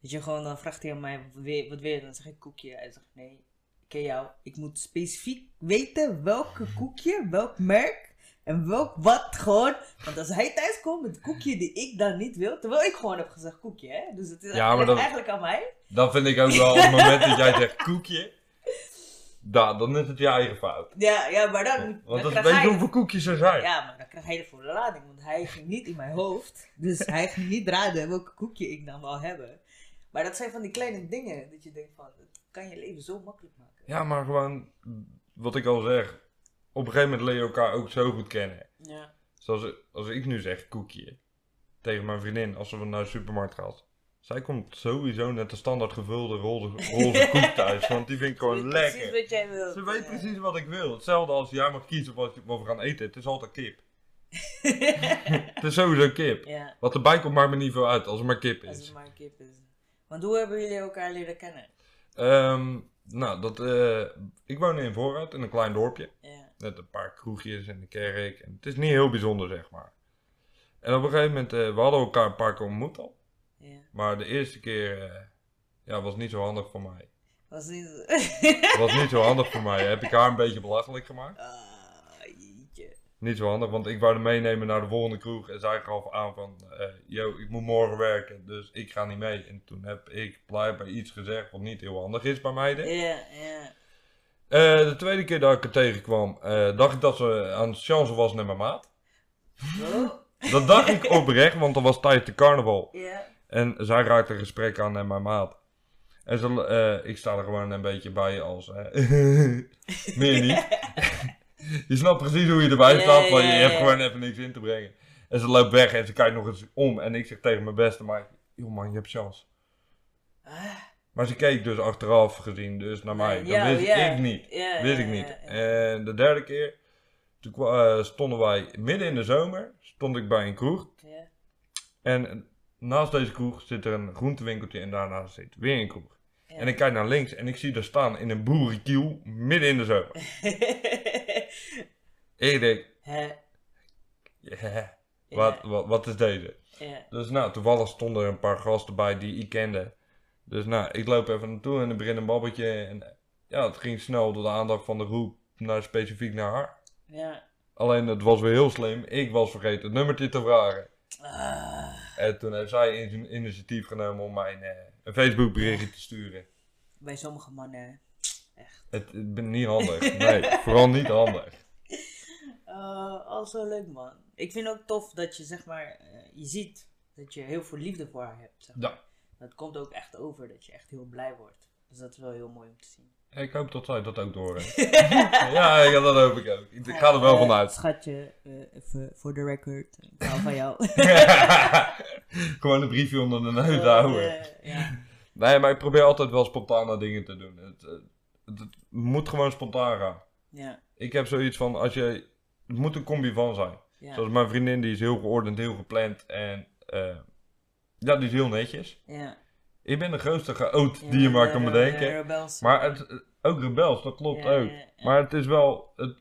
Dat je gewoon, dan vraagt hij aan mij, wat wil wat wil je? Dan zeg ik koekje. Hij zegt, nee, ik ken jou. Ik moet specifiek weten welke koekje, welk merk en welk wat gewoon. Want als hij thuis komt met een koekje die ik dan niet wil, terwijl ik gewoon heb gezegd koekje, hè. Dus het is
Ja, maar dat-
eigenlijk aan mij.
Dat vind ik ook wel, op het moment dat jij zegt koekje, da, dan is het je eigen fout.
Ja, ja maar dan, moet- dan
Want dat is
krijg
weet je
hij-
hoeveel koekjes er zijn.
Ja, maar dan krijg hij de volle lading, want hij ging niet in mijn hoofd. Dus hij ging niet raden welk koekje ik dan wil hebben. Maar dat zijn van die kleine dingen, dat je denkt van, dat kan je leven zo makkelijk maken.
Ja, maar gewoon, wat ik al zeg, op een gegeven moment leer je elkaar ook zo goed kennen.
Ja.
Zoals als ik nu zeg koekje tegen mijn vriendin als we naar de supermarkt gaat. Zij komt sowieso net de standaard gevulde roze, roze koek thuis, want die vind ik gewoon lekker.
Precies wat jij wil.
Ze weet precies wat ik wil. Hetzelfde als jij mag kiezen wat, je- wat we gaan eten. Het is altijd kip. het is sowieso kip.
Ja,
Wat erbij komt maakt me niet veel uit als het maar kip
als het
is.
maar een kip is. Want hoe hebben jullie elkaar leren kennen?
Ehm, nou, dat, eh, ik woon in Vooruit, in een klein dorpje.
Ja,
Met een paar kroegjes en de kerk. En het is niet heel bijzonder, zeg maar. En op een gegeven moment, eh, we hadden elkaar een paar keer ontmoet al.
ja.
Maar de eerste keer eh, ja, was niet zo handig voor mij.
Was niet...
Was niet zo handig voor mij. Heb ik haar een beetje belachelijk gemaakt.
Ah, jeetje.
Niet zo handig, want ik wou hem meenemen naar de volgende kroeg. En zij gaf aan van, eh, yo, ik moet morgen werken, dus ik ga niet mee. En toen heb ik blijkbaar iets gezegd wat niet heel handig is bij meiden.
Ja, ja.
Eh, de tweede keer dat ik haar tegenkwam, eh, dacht ik dat ze aan het chansen was naar mijn maat.
Oh,
Dat dacht ik oprecht, want dat was tijdens de carnaval.
ja.
En zij raakte een gesprek aan met mijn maat. En ze, eh, ik sta er gewoon een beetje bij als... eh, meer niet. je snapt precies hoe je erbij
Ja,
staat, want
ja,
je
ja,
hebt
ja.
gewoon even niks in te brengen. En ze loopt weg en ze kijkt nog eens om. En ik zeg tegen mijn beste maar joh man, je hebt chance.
Ah,
Maar ze keek dus achteraf gezien dus naar mij. Dat
Ja,
wist
ja.
ik niet.
ja,
Weet
ja,
ik niet.
ja, ja.
En de derde keer, toen kwa- eh, stonden wij midden in de zomer, stond ik bij een kroeg.
Ja.
En naast deze kroeg zit er een groentewinkeltje en daarna zit weer een kroeg.
Ja.
En ik kijk naar links en ik zie daar staan in een boerenkiel midden in de zomer. En ik denk,
Hè?
yeah, wat, wat, wat is deze?
Ja,
Dus nou, toevallig stonden er een paar gasten bij die ik kende. Dus nou, ik loop even naartoe en er begint een babbeltje. En eh, ja, het ging snel door de aandacht van de groep naar specifiek naar haar.
ja.
Alleen het was weer heel slim, ik was vergeten het nummertje te vragen.
Ah.
En toen heeft zij in- initiatief genomen om mij een, eh, een Facebook berichtje te sturen.
Bij sommige mannen.
Het, het ben niet handig. Nee, vooral niet handig.
Eh, al zo leuk, man. Ik vind ook tof dat je, zeg maar, eh, je ziet dat je heel veel liefde voor haar hebt. Zeg. maar.
Ja.
Dat komt ook echt over, dat je echt heel blij wordt. Dus dat is wel heel mooi om te zien.
Ik hoop dat zij dat ook door ja, ja, dat hoop ik ook. Ik ga er wel
Eh,
vanuit.
Schatje, eh, even voor de record. Ik hou van jou.
Gewoon een briefje onder de neus houden.
Eh, ja.
Nee, maar ik probeer altijd wel spontane dingen te doen. Het, eh, het, het moet gewoon spontaan gaan.
Ja.
Ik heb zoiets van, als je, het moet een combi van zijn.
Ja.
Zoals mijn vriendin, die is heel geordend, heel gepland en eh, ja, die is heel netjes.
ja.
Ik ben de grootste chaot
Ja,
die je maar
eh,
kan
eh,
bedenken.
rebels.
Maar het, eh, ook rebels, dat klopt
Ja,
ook.
ja, ja.
Maar het is wel, het,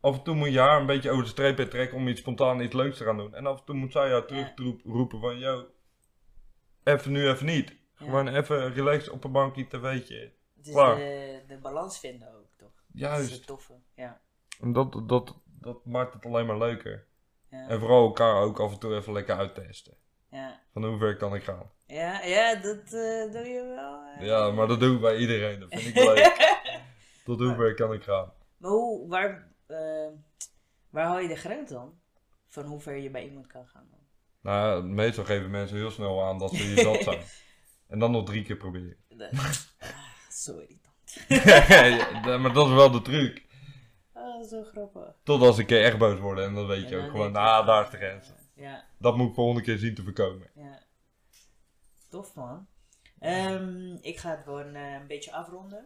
af en toe moet je haar een beetje over de streep heen trekken om iets spontaan iets leuks te gaan doen. En af en toe moet zij jou terugroepen van, yo, even nu, even niet.
Ja.
Gewoon even relaxed op een bankje, tv'tje.
Het is
klaar.
de, de balans vinden ook, toch? Dat is
Juist.
het toffe. Ja.
En dat, dat, dat maakt het alleen maar leuker.
Ja,
En vooral elkaar ook af en toe even lekker uittesten.
ja.
Van hoe ver kan ik gaan?
ja, ja dat eh, doe je wel. eh.
Ja, maar dat doe ik bij iedereen. Dat vind ik leuk. Tot hoe ver kan ik gaan?
Maar hoe, waar, eh, waar hou je de grens dan? Van hoe ver je bij iemand kan gaan dan?
Nou, ja, meestal geven mensen heel snel aan dat ze je zat zijn. En dan nog drie keer proberen.
Dat- Ah, Sorry dan.
Ja, maar dat is wel de truc.
Ah, zo grappig.
Totdat ze een keer echt boos worden en dan weet je
En
ook
dan
gewoon,
weet je-
nou, daar is de grens.
Ja,
Dat moet ik volgende keer zien te voorkomen.
ja. Tof man. Ehm, ik ga het gewoon eh, een beetje afronden.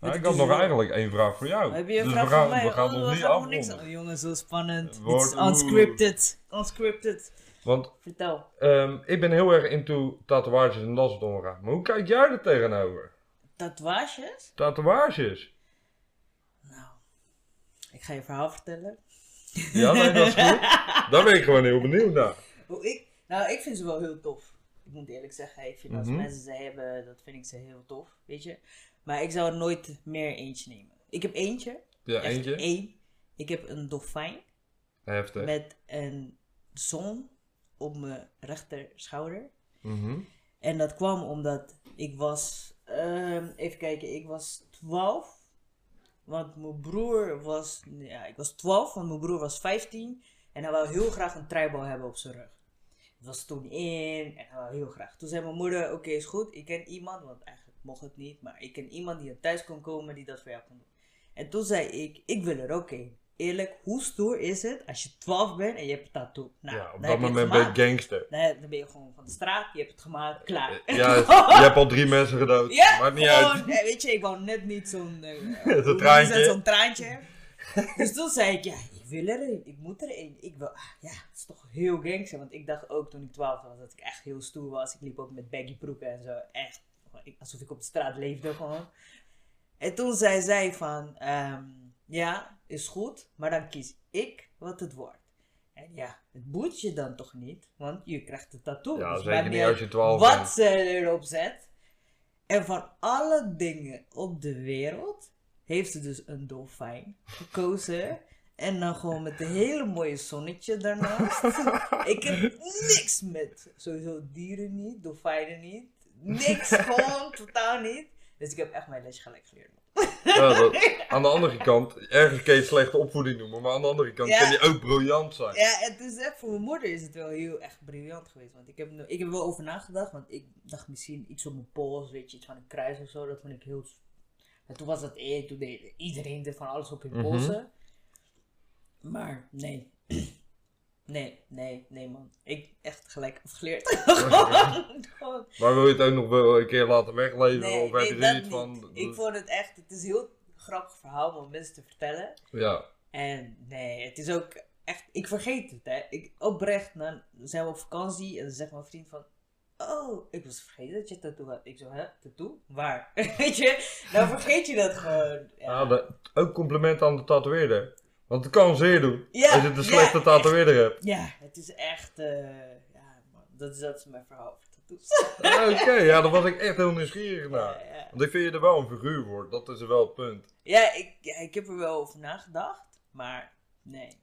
Nou,
Het
ik had
is
nog
wel-
eigenlijk één vraag voor jou.
Heb je een
dus
vraag
we gaan,
voor mij?
we gaan
Oh,
nog niet
nog niks
afronden.
aan- Jongens, zo spannend.
Het
Dit
wordt-
is unscripted. Unscripted.
Want
Vertel.
ehm, ik ben heel erg into tatoeages en dat soort onraad. Maar hoe kijk jij er tegenover?
Tatoeages?
Tatoeages?
Nou, ik ga je verhaal vertellen.
Ja, nee, dat is goed. Daar ben ik gewoon heel benieuwd naar.
Hoe ik, nou, ik vind ze wel heel tof. Ik moet eerlijk zeggen, ik vind
Mhm.
als mensen ze hebben, dat vind ik ze heel tof, weet je. Maar ik zou er nooit meer eentje nemen. Ik heb eentje.
Ja,
echt
eentje.
één. Ik heb een dolfijn
Heftig.
met een zon op mijn rechter schouder.
Mhm.
En dat kwam omdat ik was, ehm, even kijken, ik was 12. Want mijn broer was, ja, ik was 12, want mijn broer was 15. En hij wou heel graag een tribal hebben op zijn rug. Het was toen in en hij wou heel graag. Toen zei mijn moeder, oké is goed, ik ken iemand, want eigenlijk mocht het niet. Maar ik ken iemand die er thuis kon komen die dat voor jou kon doen. En toen zei ik, ik wil er ook een. Eerlijk, hoe stoer is het als je 12 bent en je hebt een tattoo? Nou,
ja,
dan heb
op dat
je het
moment ben
gemaakt.
je gangster.
Nee, dan ben je gewoon van de straat, je hebt het gemaakt, klaar.
Eh, Ja, je hebt al drie mensen gedood.
Ja,
Maakt niet
gewoon,
uit.
eh, weet je, ik wou net niet zo'n... eh,
Zo'n
hoe noemen ze dat,
traantje.
Zo'n traantje. dus toen zei ik, ja, ik wil er een, ik moet er een. Ik wil, ah, ja, het is toch heel gangster. Want ik dacht ook toen ik 12 was dat ik echt heel stoer was. Ik liep ook met baggy broeken en zo. Echt, gewoon, ik- alsof ik op de straat leefde gewoon. En toen zei zij van, ehm, ja, is goed, maar dan kies ik wat het wordt. En ja, het boeit je dan toch niet, want je krijgt een tattoo.
Ja,
Dus
zeker
maakt
niet
uit
als je 12
Wat
bent.
ze erop zet. En van alle dingen op de wereld heeft ze dus een dolfijn gekozen. En dan gewoon met een hele mooie zonnetje daarnaast. Ik heb niks met sowieso dieren niet, dolfijnen niet. Niks, gewoon totaal niet. Dus ik heb echt mijn lesje gelijk geleerd.
Ja, dat- aan de andere kant, ergens kun je het slechte opvoeding noemen, maar aan de andere kant
Ja.
kan je ook briljant zijn.
Ja, het is echt, voor mijn moeder is het wel heel echt briljant geweest. Want ik heb, no- ik heb er wel over nagedacht. Want ik dacht misschien iets op mijn pols, weet je, iets van een kruis of zo. Dat vond ik heel... s- En toen was dat eer, toen deed iedereen deed van alles op hun
Mhm.
polsen. Maar nee. Nee, nee, nee man. Ik echt gelijk afgeleerd. Gewoon- gewoon
Maar wil je het ook nog wel een keer laten wegleven?
Nee,
of heb
nee,
je er
dat
iets
niet.
van? eh,
Ik vond het echt, het is een heel grappig verhaal om aan mensen te vertellen.
Ja,
En nee, het is ook echt, ik vergeet het hè. Ik, oprecht, dan zijn we op vakantie en dan zegt mijn vriend van, oh, ik was vergeten dat je tattoo had. Ik zo, hè, tattoo? Waar? Weet je, dan vergeet je dat gewoon. Ja,
Ah, dat- ook compliment aan de tatoeëerder. Want het kan zeer doen
Ja,
als je een
ja,
slechte tatoeëerder hebt.
Ja, het is echt, eh, ja man, dat is, dat is mijn verhaal over tattoos.
Ah, Oké, ja, daar was ik echt heel nieuwsgierig naar.
Ja, ja.
Want ik vind je er wel een figuur voor, dat is wel het punt.
Ja, ik, ja, ik heb er wel over nagedacht, maar nee.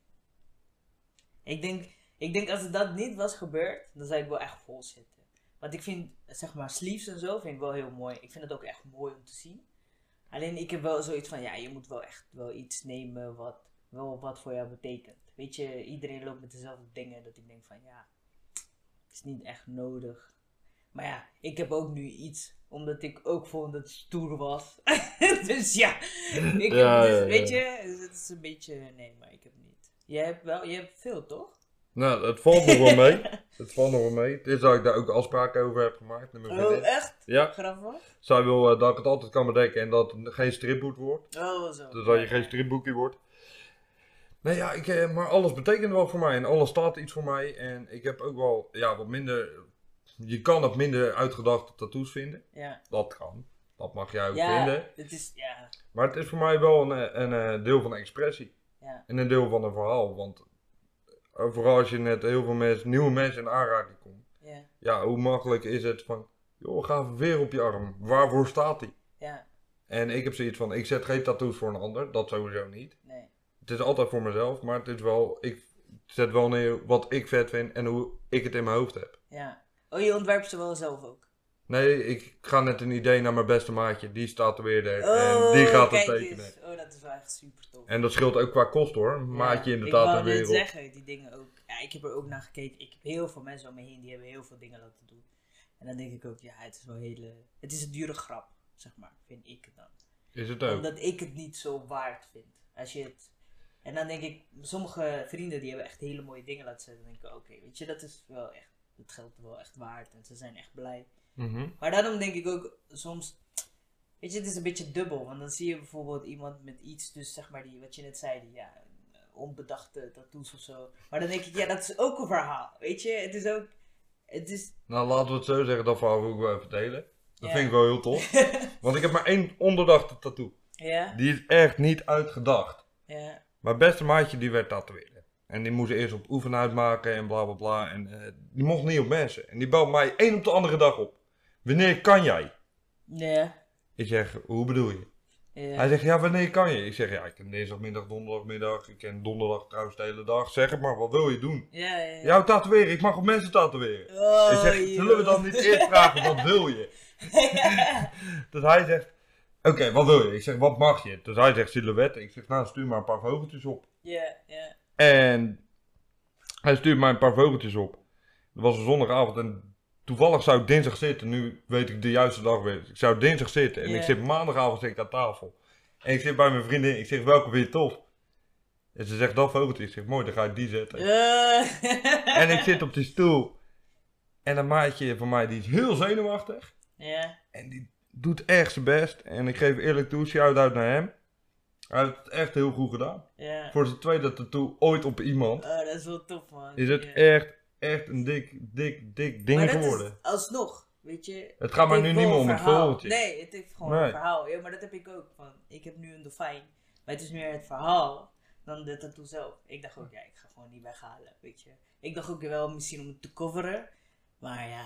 Ik denk, ik denk als het dat niet was gebeurd, dan zou ik wel echt vol zitten. Want ik vind, zeg maar, sleeves en zo vind ik wel heel mooi. Ik vind het ook echt mooi om te zien. Alleen ik heb wel zoiets van, ja, je moet wel echt wel iets nemen wat wel wat voor jou betekent. Weet je, iedereen loopt met dezelfde dingen, dat ik denk van, ja, het is niet echt nodig. Maar ja, ik heb ook nu iets, omdat ik ook vond dat het stoer was. dus ja, ik
Ja,
heb dus,
ja, ja.
weet je, dus het is een beetje, nee, maar ik heb niet. Jij hebt wel, je hebt veel, toch?
Nou, het valt nog wel mee. Het valt nog wel mee. Het is dat ik daar ook afspraken over heb gemaakt met mijn vriendin.
Oh, echt?
Ja,
Grappig?
zij wil eh, dat ik het altijd kan bedenken en dat het geen stripboek wordt.
Oh, zo.
Dus dat je geen stripboekje wordt. Nee ja, ik, eh, maar alles betekent wel voor mij en alles staat iets voor mij. En ik heb ook wel, ja, wat minder, je kan het minder uitgedachte tattoos vinden.
Ja.
Dat kan, dat mag jij ook
Ja,
vinden.
het is, ja,
Maar het is voor mij wel een, eh, een, eh, deel van expressie
ja,
en een deel van een verhaal. Want eh, vooral als je net heel veel mensen, nieuwe mensen in aanraking komt.
ja,
Ja, hoe makkelijk is het van, joh, ga even weer op je arm. Waarvoor staat die?
ja,
En ik heb zoiets van, ik zet geen tattoos voor een ander, dat sowieso niet.
nee.
Het is altijd voor mezelf, maar het is wel, ik zet wel neer wat ik vet vind en hoe ik het in mijn hoofd heb.
Ja. Oh, je ontwerpt ze wel zelf ook.
Nee, ik ga net een idee naar mijn beste maatje. Die staat er weer er.
Oh,
en die gaat het
kijk
tekenen.
eens. Oh, dat is wel echt super tof.
En dat scheelt ook qua kost hoor. Maatje
Ja,
inderdaad
Ik
en
wou net
wereld.
zeggen, die dingen ook. Ja, ik heb er ook naar gekeken. Ik heb heel veel mensen om me heen die hebben heel veel dingen laten doen. En dan denk ik ook, ja, het is wel hele. Het is een dure grap, zeg maar, vind ik het dan.
Is het ook.
Omdat ik het niet zo waard vind. Als je het... En dan denk ik, sommige vrienden die hebben echt hele mooie dingen laten zetten. Dan denk ik, oké, weet je, dat is wel echt. Het geld wel echt waard en ze zijn echt blij.
Mhm.
Maar daarom denk ik ook soms. Weet je, het is een beetje dubbel. Want dan zie je bijvoorbeeld iemand met iets, dus zeg maar die, wat je net zei, die ja, onbedachte tattoos of zo. Maar dan denk ik, ja, dat is ook een verhaal. Weet je, het is ook. Het is.
Nou, laten we het zo zeggen. Dat verhaal wil ik wel even delen. Dat
Ja.
vind ik wel heel tof. Want ik heb maar één onderdachte tattoo.
Ja,
Die is echt niet uitgedacht.
ja,
Mijn beste maatje die werd tatoeëerder. En die moest eerst op oefen uitmaken en bla bla bla. En eh, die mocht niet op mensen. En die belt mij één op de andere dag op. Wanneer kan jij?
ja.
Ik zeg, hoe bedoel je? Hij
ja.
zegt, ja, wanneer kan je? Ik zeg, ja, ik ken dinsdagmiddag, donderdagmiddag. Ik ken donderdag trouwens de hele dag. Zeg het maar, wat wil je doen?
Ja, ja, ja.
Jou tatoeëren, ik mag op mensen tatoeëren.
Oh,
ik zeg,
joh.
zullen we dan niet eerst vragen, wat wil je? dus hij zegt, oké, wat wil je? Ik zeg, wat mag je? Dus hij zegt, silhouetten. Ik zeg, nou, stuur maar een paar vogeltjes op.
Ja, ja.
En hij stuurt mij een paar vogeltjes op. Het was een zondagavond en toevallig zou ik dinsdag zitten. Nu weet ik de juiste dag weer. Ik zou dinsdag zitten en
Ja.
ik zit maandagavond zit ik aan tafel. En ik zit bij mijn vriendin. Ik zeg, welke vind je tof? En ze zegt, dat vogeltje. Ik zeg, mooi, dan ga ik die zetten.
Eh,
En ik zit op die stoel. En een maatje van mij, die is heel zenuwachtig.
ja.
En die doet echt zijn best. En ik geef eerlijk toe, shout-out naar hem. Hij heeft het echt heel goed gedaan.
Ja.
Voor zijn tweede tattoo ooit op iemand
Oh, dat is wel tof, man.
is het
Ja.
echt, echt een dik, dik, dik ding
Maar dat
geworden.
Is alsnog, weet je.
Het gaat mij nu
heeft
niet
wel
meer
een
om het
verhaal.
vogeltje.
Nee, het heeft gewoon
Nee.
een verhaal. Ja, maar dat heb ik ook. Van, ik heb nu een dolfijn. Maar het is meer het verhaal dan de tattoo zelf. Ik dacht ook, ja, ik ga gewoon niet weghalen, weet je. Ik dacht ook wel misschien om het te coveren. Maar ja,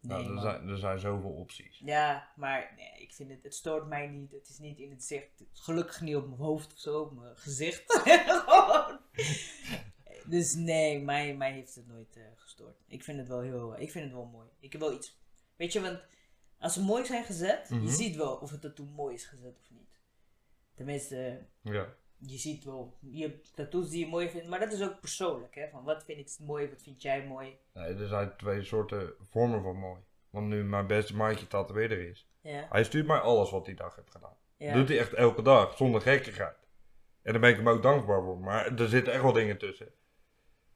nee,
nou, er,
man.
zijn, er zijn zoveel opties.
Ja, maar nee, ik vind het, het stoort mij niet. Het is niet in het zicht. Gelukkig niet op mijn hoofd of zo, op mijn gezicht. Gewoon. dus nee, mij, mij heeft het nooit eh, gestoord. Ik vind het wel heel, ik vind het wel mooi. Ik heb wel iets, weet je, want als ze mooi zijn gezet,
Mhm.
je ziet wel of het tattoo mooi is gezet of niet. Tenminste,
Ja.
je ziet wel, je hebt tattoos die je mooi vindt, maar dat is ook persoonlijk, hè. Van wat vind ik mooi, wat vind jij mooi.
Nee, er zijn twee soorten vormen van mooi. Want nu mijn beste maatje tatoeëerder is.
Ja,
Hij stuurt mij alles wat hij dag heeft gedaan.
ja.
Dat doet hij echt elke dag, zonder gekkigheid. En daar ben ik hem ook dankbaar voor. Maar er zitten echt wel dingen tussen.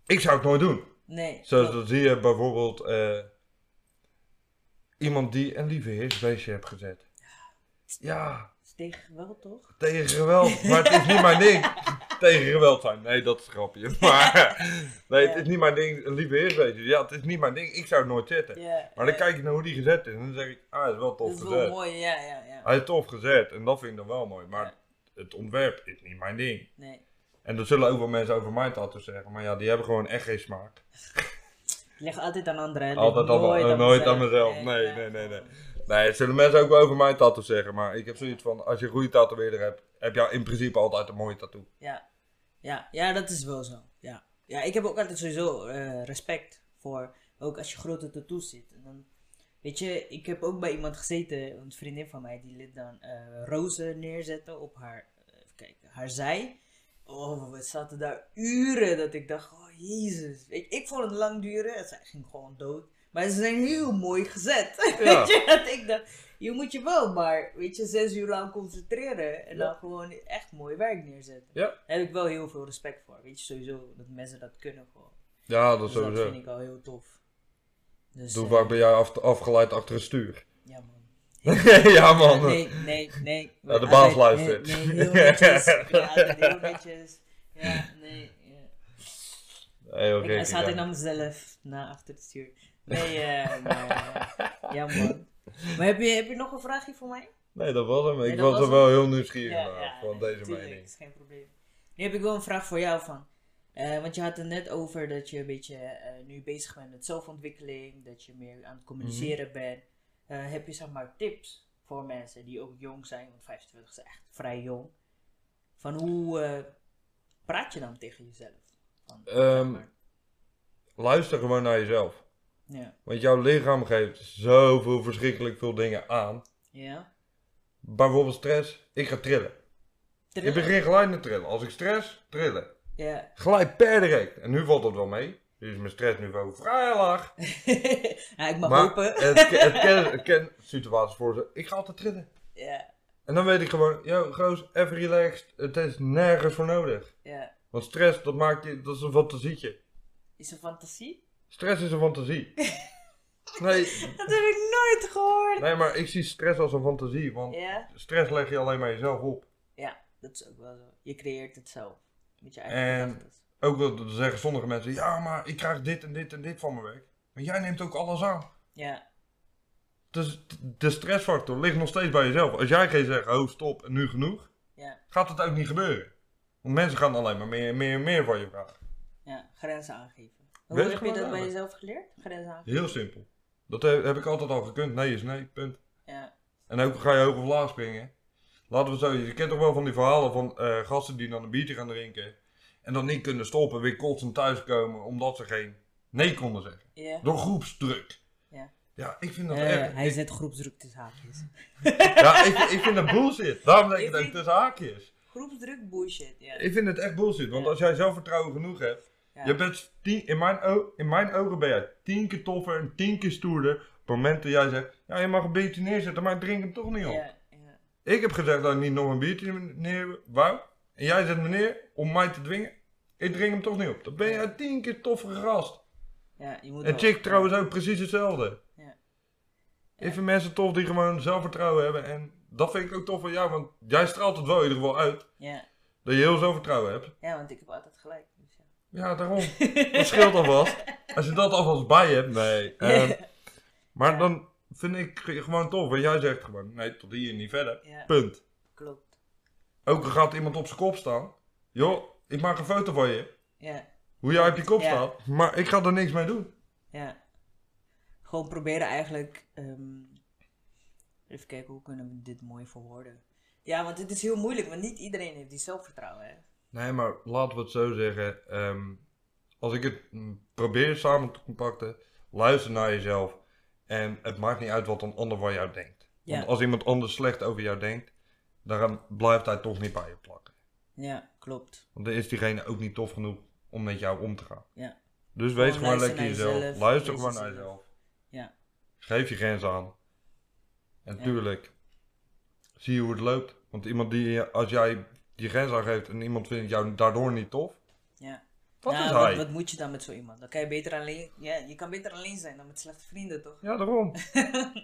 Ik zou het nooit doen.
nee.
Zoals
klopt.
dat zie je bijvoorbeeld eh, iemand die een lieve heersbeestje heeft gezet. Ja,
Is tegen wel, toch?
Tegen geweld, maar het is niet mijn ding. Tegen geweld zijn, nee, dat is een grapje. Maar nee, het
Ja.
is niet mijn ding. Een lieve heer, weet je. Ja, het is niet mijn ding. Ik zou het nooit zetten.
Ja.
Maar dan
ja.
kijk ik naar hoe die gezet is en dan zeg ik, ah, hij is wel tof
Dat is wel
gezet.
mooi, ja, ja, ja.
Hij is tof gezet en dat vind ik dan wel mooi. Maar
Ja.
het ontwerp is niet mijn ding.
Nee.
En er zullen ook wel mensen over mijn tattoo zeggen, maar ja, die hebben gewoon echt geen smaak.
Ik leg altijd aan anderen. hè. Ik
Altijd
leg
aan-
nooit,
eh,
aan,
nooit
mezelf.
aan mezelf. Nee,
ja,
nee, nee,
gewoon.
Nee, het zullen mensen ook wel over mijn tattoo zeggen, maar ik heb zoiets van, als je een goede tatoeëerder hebt, heb je in principe altijd een mooie tattoo.
Ja. Ja, ja, dat is wel zo. Ja. ja, ik heb ook altijd sowieso eh, respect voor, ook als je grote tattoos zit. En dan, weet je, ik heb ook bij iemand gezeten, een vriendin van mij, die liet dan eh, rozen neerzetten op haar, eh, even kijken, haar zij. Oh, we zaten daar uren dat ik dacht, oh jezus. Weet je, ik vond het lang duren, zij ging gewoon dood. Maar ze zijn heel mooi gezet.
Ja.
Weet je, dat ik dacht, je moet je wel maar, weet je, zes uur lang concentreren. En
Ja.
dan gewoon echt mooi werk neerzetten.
Ja.
Daar heb ik wel heel veel respect voor. Weet je, sowieso dat mensen dat kunnen gewoon.
Ja, dat
Dus
is
dat
sowieso.
vind ik al heel tof. Dus,
Toen
eh,
vaak ben jij af, afgeleid achter een stuur.
Ja man.
ja man.
Nee, nee, nee.
Ja, de
Altijd-
baas luistert.
Nee, nee, heel netjes. Ja, altijd heel netjes. Ja, nee. Ja.
Hey, oké,
ik zat
oké.
ik naar mezelf na achter het stuur. Nee, eh maar, eh, ja man. Maar heb je, heb je nog een vraagje voor mij?
Nee, dat was hem. Ik
Nee, dat
was,
was
er
hem.
wel heel nieuwsgierig naar, van
nee,
deze
tuurlijk,
mening.
is geen probleem. Nu heb ik wel een vraag voor jou van. Eh, want je had het net over dat je een beetje eh, nu bezig bent met zelfontwikkeling, dat je meer
Mhm.
aan het communiceren bent. Eh, heb je zeg maar tips voor mensen die ook jong zijn, want 25 is echt vrij jong. Van hoe eh, praat je dan tegen jezelf? Dan,
Ehm,
zeg maar.
Luister gewoon naar jezelf.
Ja.
Want jouw lichaam geeft zoveel verschrikkelijk veel dingen aan.
Ja.
Bijvoorbeeld stress. Ik ga trillen. Ik begin gelijk met trillen. Als ik stress, trillen.
Ja.
Gelijk per direct. En nu valt dat wel mee. Dus is mijn stressniveau vrij laag.
ja, ik mag hopen.
het, ke- het, ken, het ken situaties voor ze. Ik ga altijd trillen.
Ja.
En dan weet ik gewoon, yo, goos, even relaxed. Het is nergens voor nodig.
Ja.
Want stress, dat maakt je, dat is een fantasietje.
Is een fantasie?
Stress is een fantasie. Nee,
Dat heb ik nooit gehoord.
nee, maar ik zie stress als een fantasie. Want
Ja.
stress leg je alleen maar jezelf op.
Ja, dat is ook wel zo. Je creëert het zelf. Met je
En-
eigen gedachten.
Ook wel zeggen sommige mensen, ja, maar ik krijg dit en dit en dit van mijn werk. Maar jij neemt ook alles aan.
Ja.
Dus t- de stressfactor ligt nog steeds bij jezelf. Als jij geen zegt, oh stop, en nu genoeg,
Ja.
gaat het ook niet gebeuren. Want mensen gaan alleen maar meer en meer en meer van je vragen.
Ja. Grenzen aangeven. Hoe
Wees
heb je
gewoon
dat bij
eerlijk.
jezelf geleerd? Grenzen aangeven.
Heel simpel. Dat he- heb ik altijd al gekund. Nee is nee, punt.
Ja.
En ook ga je hoog of laag springen. Laten we het zo, je kent toch wel van die verhalen van eh, gasten die dan een biertje gaan drinken. En dan niet kunnen stoppen, weer kotsend thuiskomen omdat ze geen nee konden zeggen.
Ja.
Door groepsdruk.
Ja.
Ja, ik vind dat
Eh,
echt...
hij
ik-
zet groepsdruk tussen haakjes.
ja, ik, ik vind dat bullshit. Daarom denk ik
Ik
dat het
vind-
tussen haakjes.
Groepsdruk bullshit, ja.
Ik vind het echt bullshit, want
Ja.
als jij zelfvertrouwen genoeg hebt,
Ja.
je bent tien, in, mijn o- in mijn ogen ben jij tien keer toffer en tien keer stoerder. Op het moment dat jij zegt, ja, je mag een biertje neerzetten, maar ik drink hem toch niet op.
Ja, ja.
Ik heb gezegd dat ik niet nog een biertje neer wou. En jij zet me neer om mij te dwingen. Ik drink hem toch niet op. Dan ben jij tien keer toffer gast.
Ja, je moet
En
wel-
chick trouwens ook precies hetzelfde.
Ja.
Ik vind mensen tof die gewoon zelfvertrouwen hebben. En dat vind ik ook tof van jou, want jij straalt het wel in ieder geval uit.
Ja.
Dat je heel zelfvertrouwen hebt.
ja, want ik heb altijd gelijk. Dus ja.
Ja, daarom. Dat scheelt alvast. Als je dat alvast bij hebt, nee. Ehm, maar dan vind ik ge- gewoon tof. Want jij zegt gewoon, nee, tot hier en niet verder.
Ja.
Punt.
Klopt.
Ook al gaat iemand op zijn kop staan. Joh, ik maak een foto van je.
Ja,
Hoe jij op je kop
Ja.
staat. Maar ik ga er niks mee doen.
ja. Gewoon proberen eigenlijk. ehm, even kijken, hoe kunnen we dit mooi verwoorden? Ja, want het is heel moeilijk, want niet iedereen heeft die zelfvertrouwen. Hè?
Nee, maar laten we het zo zeggen. ehm, als ik het mm, probeer samen te compacten, luister naar jezelf. En het maakt niet uit wat een ander van jou denkt.
Ja.
Want als iemand anders slecht over jou denkt, dan blijft hij toch niet bij je plakken.
Ja, klopt.
Want dan is diegene ook niet tof genoeg om met jou om te gaan.
Ja.
Dus
Gewoon
wees gewoon
Oh, luister
lekker
naar
jezelf.
jezelf,
Luister
wees
gewoon naar
jezelf.
jezelf.
Ja.
Geef je grens aan. En
Ja.
tuurlijk, zie hoe het loopt. Want iemand die, als jij die grens aangeeft en iemand vindt jou daardoor niet tof,
ja.
dat
Nou,
is
wat,
hij.
wat moet je dan met zo iemand? Dan kan je beter alleen. Ja, je kan beter alleen zijn dan met slechte vrienden, toch?
Ja, daarom.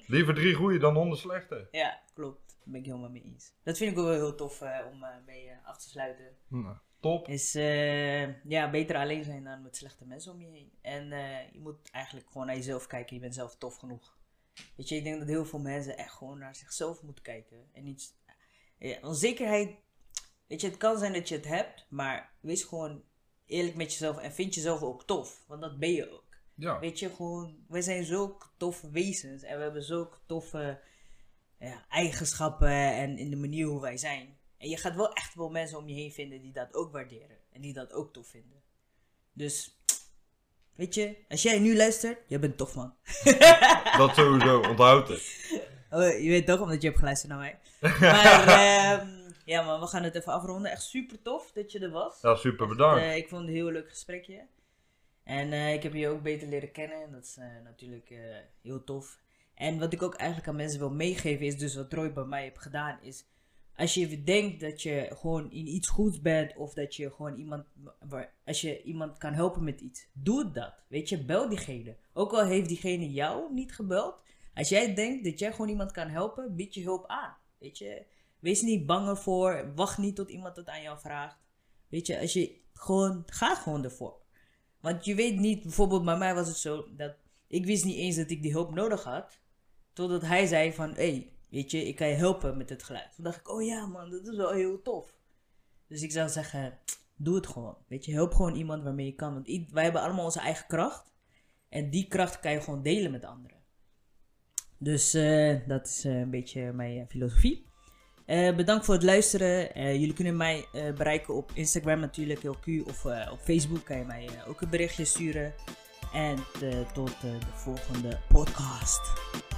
Liever drie goede dan honderd slechte.
Ja, klopt. Daar ben ik helemaal mee eens. Dat vind ik ook wel heel tof eh, om eh, mee eh, af te sluiten.
Nou, top.
is eh, ja, beter alleen zijn dan met slechte mensen om je heen. En eh, je moet eigenlijk gewoon naar jezelf kijken. Je bent zelf tof genoeg. Weet je, ik denk dat heel veel mensen echt gewoon naar zichzelf moeten kijken. En niet... Ja, onzekerheid... Weet je, het kan zijn dat je het hebt. Maar wees gewoon eerlijk met jezelf. En vind jezelf ook tof. Want dat ben je ook.
Ja.
Weet je, gewoon... Wij zijn zulke toffe wezens. En we hebben zulke toffe ja, eigenschappen en in de manier hoe wij zijn. En je gaat wel echt wel mensen om je heen vinden die dat ook waarderen. En die dat ook tof vinden. Dus, weet je, als jij nu luistert, jij bent tof man.
Dat sowieso, onthoud het.
Oh, je weet toch, omdat je hebt geluisterd naar mij. Maar, ehm, ja, maar we gaan het even afronden. Echt super tof dat je er was.
Ja, super bedankt.
Eh, ik vond het een heel leuk gesprekje. En eh, ik heb je ook beter leren kennen. En dat is eh, natuurlijk eh, heel tof. En wat ik ook eigenlijk aan mensen wil meegeven is dus wat Roy bij mij heeft gedaan is... Als je even denkt dat je gewoon in iets goeds bent of dat je gewoon iemand... waar- Als je iemand kan helpen met iets, doe dat. Weet je, bel diegene. Ook al heeft diegene jou niet gebeld. Als jij denkt dat jij gewoon iemand kan helpen, bied je hulp aan. Weet je, wees niet bang ervoor. Wacht niet tot iemand het aan jou vraagt. Weet je, als je gewoon, ga gewoon ervoor. Want je weet niet, bijvoorbeeld bij mij was het zo dat ik wist niet eens dat ik die hulp nodig had. Totdat hij zei van, hé, hey, weet je, ik kan je helpen met het geluid. Toen dacht ik, oh ja man, dat is wel heel tof. Dus ik zou zeggen, doe het gewoon. Weet je, help gewoon iemand waarmee je kan. Want i- wij hebben allemaal onze eigen kracht. En die kracht kan je gewoon delen met anderen. Dus eh, dat is eh, een beetje mijn eh, filosofie. Eh, bedankt voor het luisteren. Eh, jullie kunnen mij eh, bereiken op Instagram natuurlijk, heel Q. Of eh, op Facebook kan je mij eh, ook een berichtje sturen. En eh, tot eh, de volgende podcast.